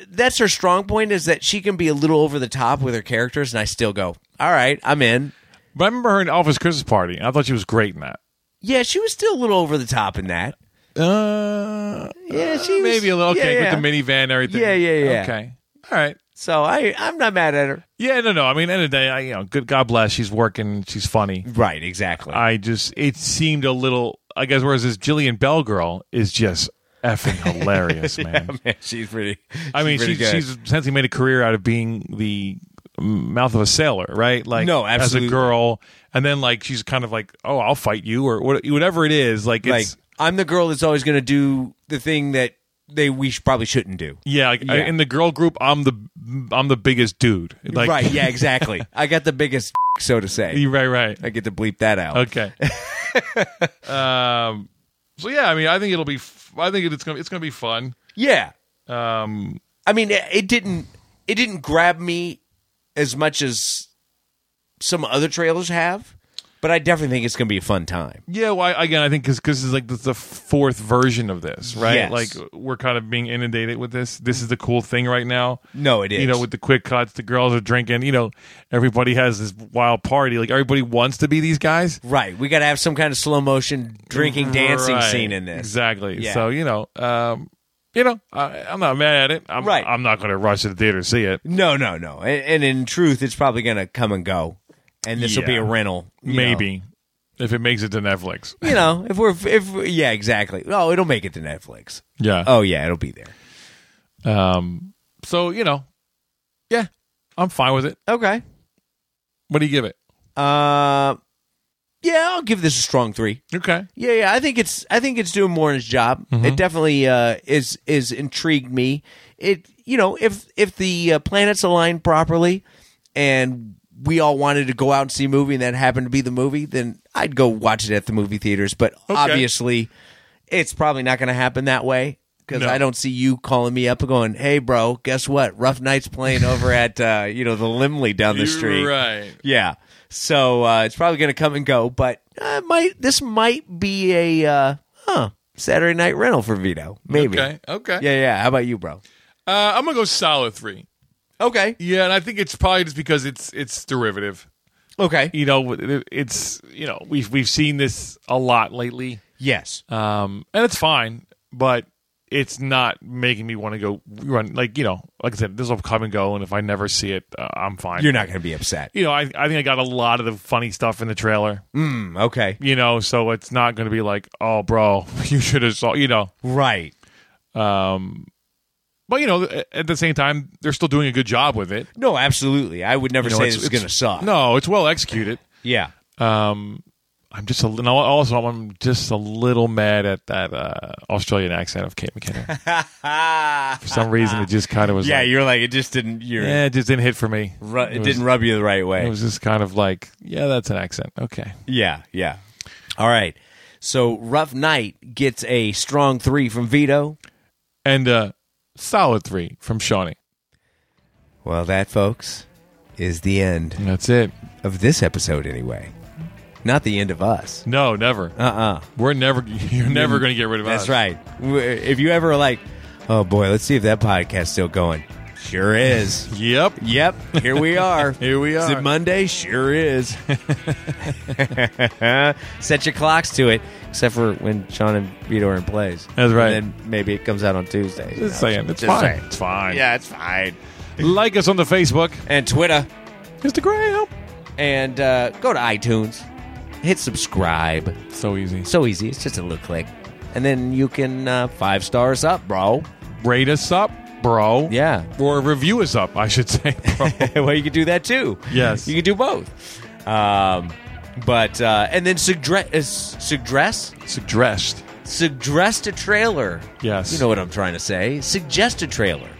Speaker 1: That's her strong point is that she can be a little over the top with her characters, and I still go, "All right, I'm in."
Speaker 2: But I remember her in Office Christmas Party. And I thought she was great in that.
Speaker 1: Yeah, she was still a little over the top in that.
Speaker 2: Uh,
Speaker 1: Yeah, she was-
Speaker 2: maybe a little
Speaker 1: yeah,
Speaker 2: okay
Speaker 1: yeah.
Speaker 2: with the minivan and everything.
Speaker 1: Yeah, yeah, yeah.
Speaker 2: Okay, all right.
Speaker 1: So I, I'm not mad at her.
Speaker 2: Yeah, no, no. I mean, end of the day, I, you know, good. God bless. She's working. She's funny.
Speaker 1: Right, exactly.
Speaker 2: I just it seemed a little. I guess whereas this Jillian Bell girl is just effing hilarious, man.
Speaker 1: she's pretty.
Speaker 2: I mean,
Speaker 1: pretty
Speaker 2: she's,
Speaker 1: good.
Speaker 2: she's essentially made a career out of being the mouth of a sailor, right? Like,
Speaker 1: No,
Speaker 2: As
Speaker 1: absolutely.
Speaker 2: a girl, and then like she's kind of like, oh, I'll fight you or what- whatever it is. Like,
Speaker 1: like
Speaker 2: it's
Speaker 1: I'm the girl that's always going to do the thing that they we sh- probably shouldn't do.
Speaker 2: yeah, like, I-
Speaker 1: Yeah.
Speaker 2: in the girl group, I'm the I'm the biggest dude. Like,
Speaker 1: right? Yeah, exactly. I got the biggest so to say.
Speaker 2: you're right, right.
Speaker 1: I get to bleep that out.
Speaker 2: Okay. um. So yeah, I mean, I think it'll be. F- I think it's gonna it's gonna be fun.
Speaker 1: Yeah,
Speaker 2: Um.
Speaker 1: I mean, it, it didn't it didn't grab me as much as some other trailers have, but I definitely think it's going to be a fun time.
Speaker 2: Yeah, well, I, again, I think because this is like the, the fourth version of this, right?
Speaker 1: Yes.
Speaker 2: Like we're kind of being inundated with this. This is the cool thing right now.
Speaker 1: No, it
Speaker 2: You
Speaker 1: is.
Speaker 2: know, with the quick cuts, the girls are drinking. You know, everybody has this wild party. Like everybody wants to be these guys.
Speaker 1: Right, we got to have some kind of slow motion drinking dancing
Speaker 2: Right.
Speaker 1: scene in this.
Speaker 2: Exactly.
Speaker 1: Yeah.
Speaker 2: So you know, um, you know, I, I'm not mad at it. I'm,
Speaker 1: Right.
Speaker 2: I'm not going to rush to the theater to see it.
Speaker 1: No, no, no. And, and in truth, it's probably going to come and go, and this will be
Speaker 2: Yeah.
Speaker 1: a rental, you know.
Speaker 2: Maybe if it makes it to Netflix.
Speaker 1: You know, if we're if yeah, exactly. No, it'll make it to Netflix.
Speaker 2: Yeah.
Speaker 1: Oh yeah, it'll be there. Oh.
Speaker 2: Um. So you know, yeah, I'm fine with it.
Speaker 1: Okay.
Speaker 2: What do you give it?
Speaker 1: Uh, yeah, I'll give this a strong three.
Speaker 2: Okay.
Speaker 1: Yeah, yeah. I think it's I think it's doing more in its job. It definitely uh, is is intrigued me. It you know if if the uh, planets align properly and we all wanted to go out and see a movie and that happened to be the movie, then I'd go watch it at the movie theaters. But obviously, it's probably not going to happen that way because
Speaker 2: No.
Speaker 1: I don't see you calling me up and going, "Hey, bro, guess what? Rough night's playing over at uh, you know the Limley down the street."
Speaker 2: Right.
Speaker 1: Yeah. So uh, it's probably going to come and go, but uh, it might this might be a uh, huh Saturday night rental for Vito? Maybe.
Speaker 2: Okay. Okay.
Speaker 1: Yeah, yeah. How about you, bro?
Speaker 2: Uh, I'm gonna go solid three.
Speaker 1: Okay.
Speaker 2: Yeah, and I think it's probably just because it's it's derivative.
Speaker 1: Okay.
Speaker 2: You know, it- it's you know we've we've seen this a lot lately,
Speaker 1: Yes.
Speaker 2: um, and it's fine, but it's not making me want to go run like you know like I said this will come and go, and if I never see it, uh, I'm fine.
Speaker 1: You're not going to be upset.
Speaker 2: You know, I I think I got a lot of the funny stuff in the trailer.
Speaker 1: Mm, okay.
Speaker 2: You know, so it's not going to be like, oh, bro, you should have saw. You know,
Speaker 1: Right.
Speaker 2: but you know, a- at the same time, they're still doing a good job with it.
Speaker 1: No, absolutely. I would never
Speaker 2: You know,
Speaker 1: say
Speaker 2: it's-
Speaker 1: this is
Speaker 2: it's-
Speaker 1: going to suck.
Speaker 2: No, it's well executed. Um,
Speaker 1: Yeah.
Speaker 2: I'm just a, and al- also I'm just a little mad at that uh, Australian accent of Kate McKinnon. for some reason, it just kind of was.
Speaker 1: Yeah.
Speaker 2: like,
Speaker 1: You're like it just didn't. You're
Speaker 2: yeah, it just didn't hit for me.
Speaker 1: ru- it,
Speaker 2: was-
Speaker 1: didn't rub you the right way.
Speaker 2: It was just kind of like, yeah, that's an accent. Okay,
Speaker 1: yeah. Yeah. All right. So rough night gets a strong three from Vito.
Speaker 2: and uh, solid three from Shawnee.
Speaker 1: Well, that folks is the end.
Speaker 2: And That's it.
Speaker 1: of this episode anyway. Not the end of us.
Speaker 2: No, never.
Speaker 1: Uh uh
Speaker 2: We're never. You're never going to get rid of
Speaker 1: That's
Speaker 2: us.
Speaker 1: right. W- If you ever are like, oh boy, let's see if that podcast's still going. Sure is.
Speaker 2: Yep.
Speaker 1: yep, here we are.
Speaker 2: Here we
Speaker 1: Is
Speaker 2: are.
Speaker 1: it Monday? Sure is. Set your clocks to it, except for when Sean and Vito are in plays.
Speaker 2: That's right.
Speaker 1: And then maybe it comes out on Tuesdays.
Speaker 2: Just
Speaker 1: No,
Speaker 2: saying. It's
Speaker 1: just
Speaker 2: fine.
Speaker 1: saying.
Speaker 2: It's fine.
Speaker 1: Yeah, it's fine.
Speaker 2: Like us on the Facebook,
Speaker 1: And Twitter.
Speaker 2: Instagram.
Speaker 1: And uh, go to iTunes. Hit subscribe.
Speaker 2: So easy.
Speaker 1: So easy. It's just a little click. And then you can uh, five stars up, bro.
Speaker 2: Rate us up, bro.
Speaker 1: Yeah.
Speaker 2: Or review us up, I should say, bro.
Speaker 1: well, you can do that too.
Speaker 2: Yes.
Speaker 1: You can do both. Um, but, uh, and then sugdre- uh, suggest,
Speaker 2: Suggest.
Speaker 1: suggest a trailer.
Speaker 2: Yes.
Speaker 1: You know what I'm trying to say. Suggest a trailer.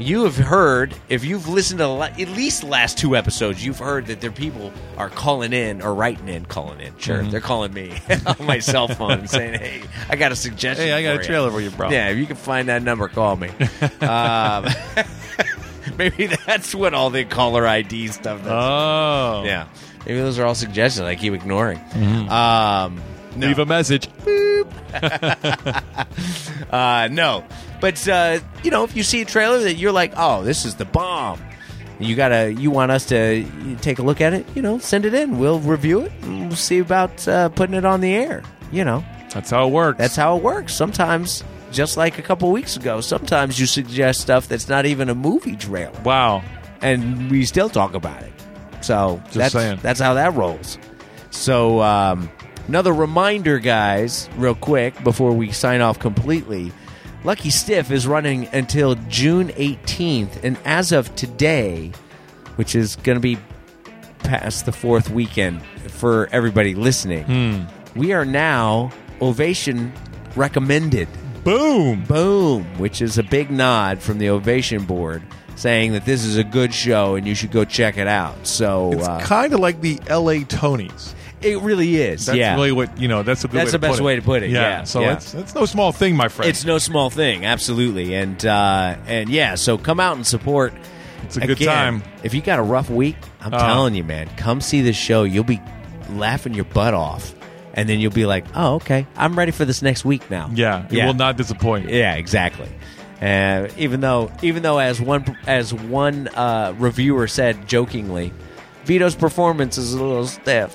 Speaker 1: You have heard, if you've listened to the la- at least last two episodes, you've heard that their people are calling in or writing in, calling in. Sure,
Speaker 2: Mm-hmm.
Speaker 1: they're calling me on my cell phone and saying, "Hey, I got a suggestion.
Speaker 2: Hey, I got
Speaker 1: for
Speaker 2: a
Speaker 1: you."
Speaker 2: trailer for you, bro.
Speaker 1: Yeah, if you can find that number, call me. um, maybe that's what all the caller ID stuff. That's,
Speaker 2: Oh.
Speaker 1: yeah, maybe those are all suggestions I keep ignoring.
Speaker 2: Mm-hmm.
Speaker 1: Um, no,
Speaker 2: Leave a message.
Speaker 1: uh, no, but uh, you know, if you see a trailer that you're like, "Oh, this is the bomb," you gotta, you want us to take a look at it. You know, send it in. We'll review it. And we'll see about uh, putting it on the air. You know,
Speaker 2: That's how it works.
Speaker 1: That's how it works. Sometimes, just like a couple weeks ago, sometimes you suggest stuff that's not even a movie trailer,
Speaker 2: Wow.
Speaker 1: and we still talk about it. So that's
Speaker 2: saying.
Speaker 1: that's how that rolls. So um, another reminder, guys, real quick before we sign off completely. Lucky Stiff is running until June 18th, and as of today, which is going to be past the fourth weekend for everybody listening,
Speaker 2: Hmm.
Speaker 1: we are now Ovation recommended.
Speaker 2: Boom.
Speaker 1: Boom, which is a big nod from the Ovation board saying that this is a good show and you should go check it out. So
Speaker 2: It's
Speaker 1: uh,
Speaker 2: kind of like the LA Tonys.
Speaker 1: It really is.
Speaker 2: That's
Speaker 1: yeah.
Speaker 2: really what you know. That's a good
Speaker 1: That's
Speaker 2: way
Speaker 1: the
Speaker 2: to
Speaker 1: best
Speaker 2: put it.
Speaker 1: way to put it, yeah,
Speaker 2: So
Speaker 1: yeah.
Speaker 2: it's it's no small thing, my friend.
Speaker 1: it's no small thing, absolutely, and uh, and yeah. So come out and support.
Speaker 2: It's a good
Speaker 1: Again,
Speaker 2: time.
Speaker 1: If you got a rough week, I'm
Speaker 2: Uh.
Speaker 1: telling you, man, come see this show. You'll be laughing your butt off, and then you'll be like, "Oh, okay, I'm ready for this next week now."
Speaker 2: yeah, it will not disappoint.
Speaker 1: Yeah, exactly. Uh, even though, even though, as one as one uh, reviewer said jokingly, Vito's performance is a little stiff.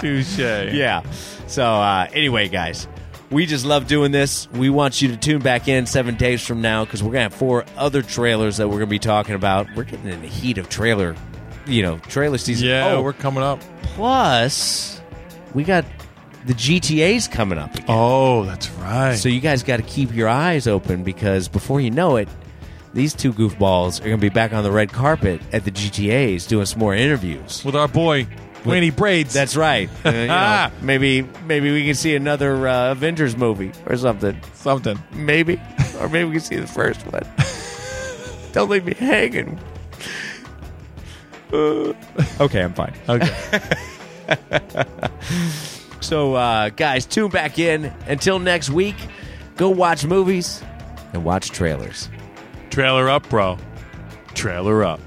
Speaker 2: Touche.
Speaker 1: yeah. So uh, anyway, guys, we just love doing this. We want you to tune back in seven days from now because we're gonna have four other trailers that we're gonna be talking about. We're getting in the heat of trailer, you know, trailer season.
Speaker 2: Yeah,
Speaker 1: Oh,
Speaker 2: we're coming up.
Speaker 1: plus we got the GTA's coming up. Again.
Speaker 2: Oh, that's right.
Speaker 1: So you guys got to keep your eyes open because before you know it, these two goofballs are going to be back on the red carpet at the GTA's doing some more interviews.
Speaker 2: With our boy Wayne Braids.
Speaker 1: That's right. Uh, you know, maybe maybe we can see another uh, Avengers movie or something.
Speaker 2: something.
Speaker 1: Maybe, or maybe we can see the first one. Don't leave me hanging. Uh, okay, I'm fine.
Speaker 2: Okay.
Speaker 1: So, uh, guys, tune back in. Until next week, go watch movies and watch trailers.
Speaker 2: Trailer up, bro. Trailer up.